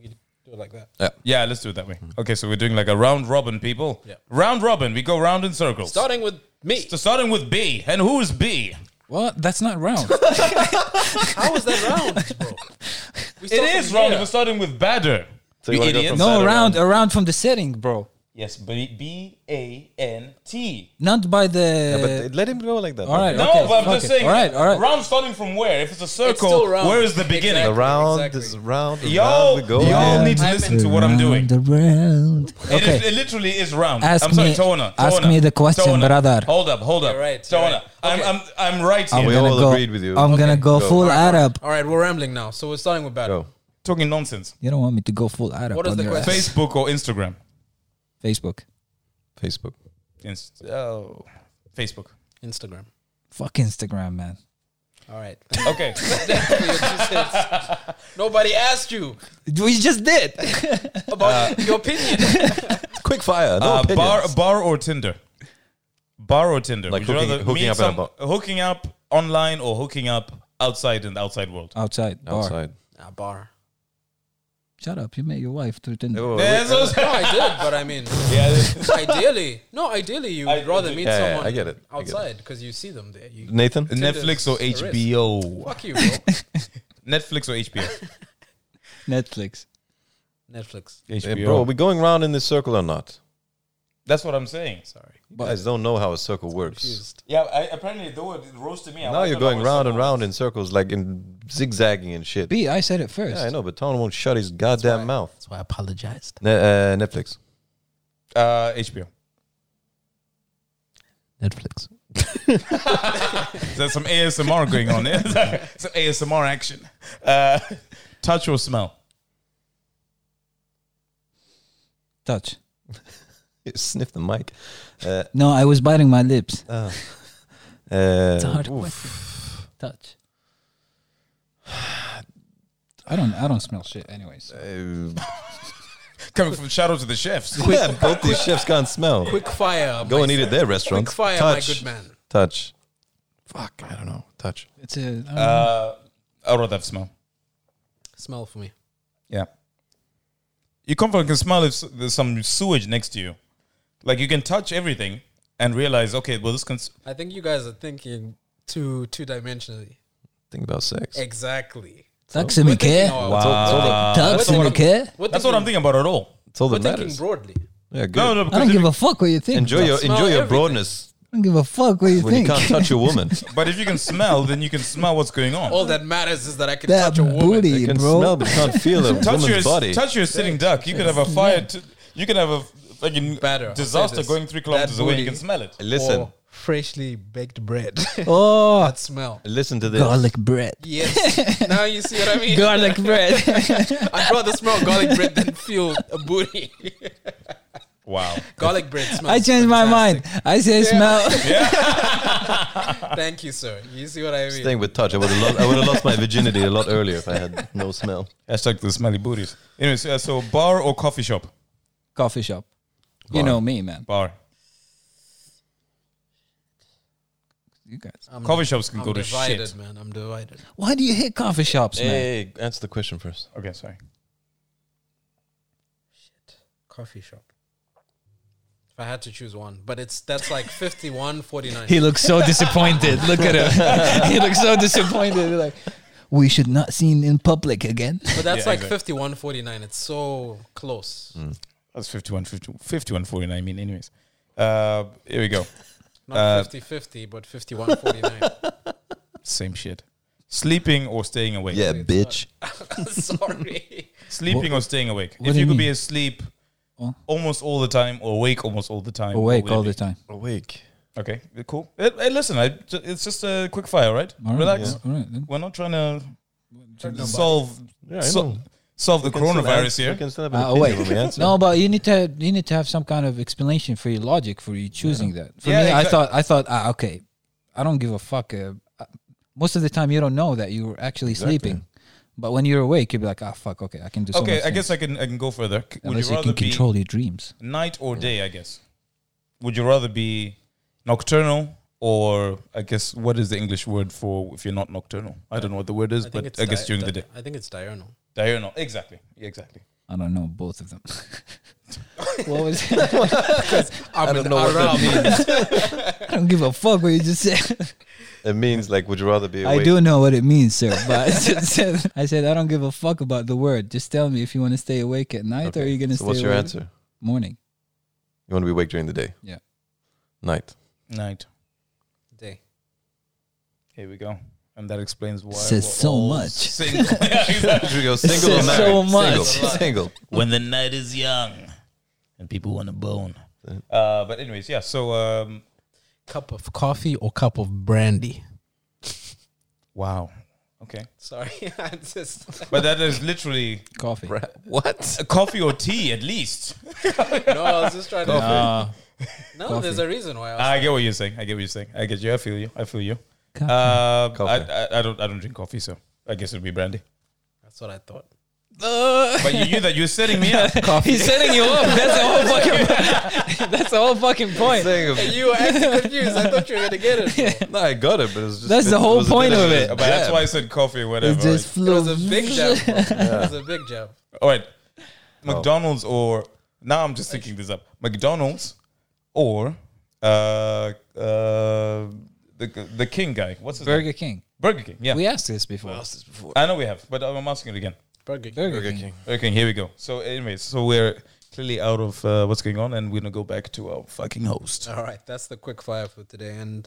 S2: we do it like that.
S1: Yeah, let's do it that way. Okay, so we're doing like a round robin, people.
S2: Yeah.
S1: Round robin. We go round in circles.
S2: Starting with me.
S1: so starting with B, and who is B?
S3: Well, that's not
S2: [LAUGHS]
S3: round.
S2: How
S3: [LAUGHS]
S2: is that round, bro? We
S1: It
S2: start
S1: is
S2: from
S1: round.
S2: here.
S1: We're starting with badder.
S4: So
S1: You
S4: wanna go
S1: idiots.
S4: from
S3: no,
S4: bad
S3: around, around from the setting, bro.
S1: Yes, B B A N T.
S3: Not by
S4: Yeah, but
S3: the.
S4: they let him go like that.
S3: Uh, all right.
S1: No,
S3: okay,
S1: but I'm
S3: fuck
S1: just
S3: it.
S1: saying.
S3: All right, all right.
S1: Round starting from where? If it's a circle,
S2: still round.
S1: where is the beginning?
S2: Exactly.
S4: Around,
S2: Exactly.
S4: this round, and
S1: Y'all,
S4: round we go.
S1: y'all
S4: Yeah.
S1: need to
S2: I
S1: listen
S2: meant-
S1: to what I'm doing.
S4: [LAUGHS]
S3: Round around.
S1: It, is,
S3: Okay.
S1: it literally is round.
S3: Ask
S1: I'm sorry,
S3: me-
S1: Tona.
S3: ask
S1: Tona,
S3: me the question,
S1: Tona.
S3: brother.
S1: Hold up, hold up.
S2: You're right, you're
S1: Tona.
S2: right.
S1: I'm,
S2: Okay.
S1: I'm, I'm right
S3: I'm
S1: here.
S4: We
S3: gonna
S4: all
S3: go,
S4: agreed with you.
S3: I'm gonna
S4: Okay,
S3: go,
S4: go.
S3: full Arab.
S2: All right, we're rambling now. So we're starting with battle.
S4: Go.
S1: talking
S3: [LAUGHS]
S1: nonsense.
S3: You don't want me to go full Arab
S2: What is
S3: on
S2: the
S3: your
S2: question?
S3: ass.
S1: Facebook or Instagram?
S3: Facebook.
S4: Facebook.
S1: Inst- oh, Facebook.
S2: Instagram.
S3: Fuck Instagram, man.
S2: All right. [LAUGHS]
S3: [LAUGHS]
S1: Okay.
S2: Nobody asked you
S3: We just did. Uh,
S2: about your opinion.
S4: Quick fire. No
S1: uh, bar,
S4: opinions.
S1: bar or Tinder? Bar or Tinder?
S4: Like
S1: Would you
S4: hooking-
S1: rather
S4: hooking
S1: meet
S4: up in a bar.
S1: hooking up online or hooking up outside in the outside world?
S3: Outside. Bar.
S4: Outside.
S2: Nah, bar.
S3: Shut up. You met your wife through Tinder.
S1: Yeah,
S4: Oh, wait.
S1: that's what
S2: [LAUGHS]
S1: I'm saying.
S2: No, I did, but I mean,
S1: Yeah,
S2: ideally, no, ideally, you would rather meet
S4: Yeah, yeah,
S2: someone
S4: I get it. I get it.
S2: outside because you see them there. You,
S4: Nathan.
S1: [LAUGHS] Netflix or
S2: Tinder's a risk.
S1: HBO?
S2: fuck you, bro.
S1: Netflix or HBO?
S3: Netflix.
S2: Netflix.
S4: Hey, bro, are
S1: HBO.
S4: we going round in this circle or not?
S1: That's what I'm saying.
S2: Sorry,
S4: You guys don't know how a circle works.
S2: confused.
S1: Yeah, I, apparently they were roasting me. I
S4: Now
S1: wanted
S4: you're
S1: to know
S4: going
S1: what
S4: round and
S1: someone-
S4: round in circles, like in zigzagging and shit.
S3: B, I said it first.
S4: Yeah, I know, but Tom won't shut his goddamn mouth.
S2: That's why I apologized.
S4: Ne- uh, Netflix.
S1: Uh, HBO.
S2: Netflix.
S1: There's some ASMR going on there. [LAUGHS] some ASMR action. Uh, touch or smell?
S3: Touch.
S4: [LAUGHS] Sniff the mic. Uh,
S3: No, I was biting my lips.
S4: [LAUGHS] uh, uh,
S3: It's a hard
S4: oof.
S3: question. Touch. [SIGHS] I don't. I don't smell shit. Anyways,
S4: Uh,
S1: Coming from shadow to the chefs.
S4: yeah, both these chefs can't smell.
S2: Quick fire.
S4: Go
S2: my-
S4: and eat at their
S2: Quick
S4: restaurants.
S2: fire,
S4: touch,
S2: my good man.
S4: touch. Fuck, I don't know. Touch.
S3: it's a. um, I don't know.
S1: Uh, I rather have smell.
S2: Smell for me.
S1: Yeah. You come from can smell if s- there's some sewage next to you. Like you can touch everything and realize, okay, well this can. s-
S2: I think you guys are thinking too two dimensionally.
S4: Think about sex.
S2: Exactly.
S3: Taxi me care.
S4: It's all, it's all that-
S3: Taxi me care.
S1: That's what I'm thinking about at all.
S4: it's all
S2: We're
S4: that
S2: thinking
S4: matters.
S2: broadly.
S4: Yeah, good.
S1: No, no,
S3: I
S1: because
S3: don't
S1: if
S3: give
S1: you-
S3: a fuck what you think.
S4: enjoy your
S2: Smell
S4: enjoy your
S2: everything.
S4: broadness
S3: I don't give a fuck what you
S4: when you
S3: think.
S4: can't touch a [LAUGHS] woman.
S1: but if you can smell, then you can smell what's going on.
S2: All that matters is that I can
S3: [LAUGHS] that
S2: touch a woman.
S3: booty,
S4: You can
S3: bro.
S4: smell but can't feel [LAUGHS] a
S1: touch
S4: woman's
S1: your
S4: body.
S1: touch your sitting duck. You can have a fire. T- you can have a fucking
S2: Better, I'll say
S1: disaster
S2: this.
S1: going three kilometers
S2: That
S1: away. You
S2: booty.
S1: can smell it.
S4: Listen,
S2: Or freshly baked bread.
S3: [LAUGHS]
S2: [LAUGHS]
S3: oh,
S2: that smell.
S4: listen to this.
S3: garlic bread.
S2: Yes.
S3: [LAUGHS]
S2: now you see what I mean.
S3: Garlic bread.
S2: I'd rather smell garlic bread than feel a booty. [LAUGHS]
S1: Wow. [LAUGHS]
S2: garlic bread smells.
S3: [LAUGHS] I changed my mind.
S2: fantastic.
S3: I say smell. [LAUGHS]
S2: Thank you, sir. You see what I mean?
S4: Staying with touch, I would have lost, I would have lost my virginity a lot earlier if I had no smell.
S1: Hashtag the smelly booties. Anyways, uh, so bar or coffee shop?
S3: Coffee shop. You know me, man.
S1: Bar.
S3: You guys.
S2: I'm,
S1: Coffee shops can
S2: Mm. I'm
S1: go to
S2: divided,
S1: shit.
S2: man. I'm divided.
S3: Why do you hate coffee shops, man?
S4: Hey, answer the question first.
S1: Okay, sorry.
S2: Coffee shop. If I had to choose one, but it's
S1: [LAUGHS]
S2: that's like 51, 49.
S3: He looks so [LAUGHS] disappointed. Look at him. he looks so disappointed. Like we should not seen in public again.
S2: But that's
S1: Yeah,
S2: like
S1: exactly. Mm.
S2: fifty-one, forty-nine. It's so close.
S1: That's 51, 50, 51, 49. I mean, anyways. Uh, here
S2: [LAUGHS]
S1: we go. Uh,
S2: Not 50 50, but
S1: [LAUGHS]
S2: 51 49.
S1: Same shit. Sleeping or staying awake?
S4: Yeah, bitch.
S2: [LAUGHS] Sorry.
S1: Sleeping or staying awake?
S3: what
S1: if
S3: do
S1: you
S3: you
S1: could be
S3: mean?
S1: asleep
S3: Huh?
S1: almost all the time or awake almost all the time. what
S3: Awake
S1: would it
S3: all
S1: be?
S3: the time.
S4: Awake.
S1: Okay, cool. Hey, hey, listen, I, ju- it's just a quick fire, right?
S3: All right,
S1: Relax.
S3: yeah. All right. then.
S1: We're not trying to
S2: Nobody.
S1: solve
S4: Yeah, I
S1: so-
S4: know.
S1: solve the
S4: We can still
S1: coronavirus
S4: answer-
S1: here.
S4: We can still have an
S3: Uh,
S4: opinion
S3: awake.
S4: when we answer.
S3: No, but you need to you need to have some kind of explanation for your logic for you choosing that. For
S1: Yeah,
S3: me,
S1: exact-
S3: I thought I thought ah, okay, I don't give a fuck. Uh, uh, most of the time, you don't know that you were actually sleeping, but when you're awake, you'll be like, ah, fuck, okay, I can do. so
S1: Okay,
S3: much
S1: I guess
S3: things."
S1: I can I can go further. C- Would
S3: unless
S1: you
S3: you
S1: rather
S3: can
S1: be
S3: control your dreams.
S1: night or day? I guess. Would you rather be nocturnal or I guess what is the English word for if you're not nocturnal? I don't know what the word is,
S2: think
S1: but
S2: it's
S1: I guess
S2: di-
S1: during the
S2: di-
S1: day,
S2: I think it's
S1: [LAUGHS]
S2: diurnal.
S1: diurnal. Exactly, exactly.
S3: I don't know both of them. [LAUGHS] what was? it?
S2: I'm I
S4: don't know what that
S3: I don't give a fuck what you just said.
S4: It means like, would you rather be awake?
S3: I do know what it means, sir. But I just said, I said I don't give a fuck about the word. Just tell me if you want to stay awake at night or
S4: Okay,
S3: are you gonna
S4: so
S3: stay
S4: what's your
S3: awake
S4: answer?
S3: morning.
S4: You want to be awake during the day.
S3: Yeah.
S4: Night.
S1: Night.
S2: Day.
S1: Here we go. And that explains why.
S3: Says
S1: we're
S3: so
S1: all
S3: much.
S1: single. Yeah,
S4: [LAUGHS]
S1: exactly.
S4: Should we go single or
S3: says
S4: married?
S3: so much.
S4: Single. single.
S1: when the night is young and people want to bone. Uh, but, anyways, yeah. So, um,
S2: Cup of coffee or cup of brandy?
S1: wow. Okay.
S2: Sorry, [LAUGHS] I just
S1: But that is literally
S4: [LAUGHS]
S3: Coffee. [LAUGHS]
S4: What?
S1: a coffee or tea, at least.
S2: no. I was just trying to.
S3: Uh,
S2: No,
S3: Coffee.
S2: there's a reason why. I was
S1: Ah, I get what you're saying. I get what you're saying. I get you. I feel you. I feel you.
S3: Coffee.
S1: Uh,
S4: Coffee.
S1: I, I, I don't. I don't drink coffee, so I guess it'd be brandy.
S2: That's what I thought.
S1: But you knew that you were setting me [LAUGHS] up.
S3: He's setting you up. That's the whole fucking. [LAUGHS] that's the whole fucking point. [LAUGHS]
S4: Single.
S2: You were acting confused. I thought you were gonna get it. [LAUGHS] bro.
S4: No, I got it, but it was just.
S3: That's the whole
S4: was a bit
S3: point of
S4: a
S3: it.
S1: But that's
S4: jab.
S1: why I said coffee. Whatever.
S3: It just
S2: It
S3: flows.
S2: was a big [LAUGHS] jump. Bro. It was a big jump.
S1: All right. McDonald's or now I'm just thinking this up. McDonald's or uh uh the the King guy. What's his name?
S3: Burger King.
S1: Burger King. Yeah.
S3: We asked this before.
S1: I know we have, but I'm asking it again.
S2: Burger King.
S3: Burger, King.
S1: Okay, here we go. So anyways, so we're clearly out of uh, what's going on and we're going to go back to our fucking host.
S2: All right, that's the quick fire for today, and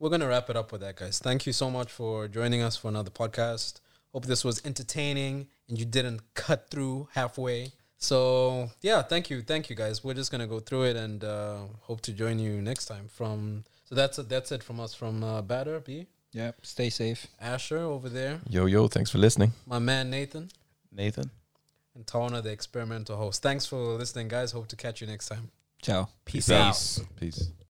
S2: we're gonna wrap it up with that, guys. Thank you so much for joining us for another podcast. Hope this was entertaining and you didn't cut through halfway. So yeah, thank you, thank you, guys. We're just gonna go through it and uh, hope to join you next time. From so that's it. That's it from us from uh, Batter B
S3: Yep. Stay safe.
S2: Asher over there,
S4: Yo, yo, thanks for listening.
S2: my man Nathan,
S1: Nathan.
S2: and Tawana, the experimental host. Thanks for listening, guys. Hope to catch you next time.
S3: Ciao.
S2: Peace out.
S4: Peace.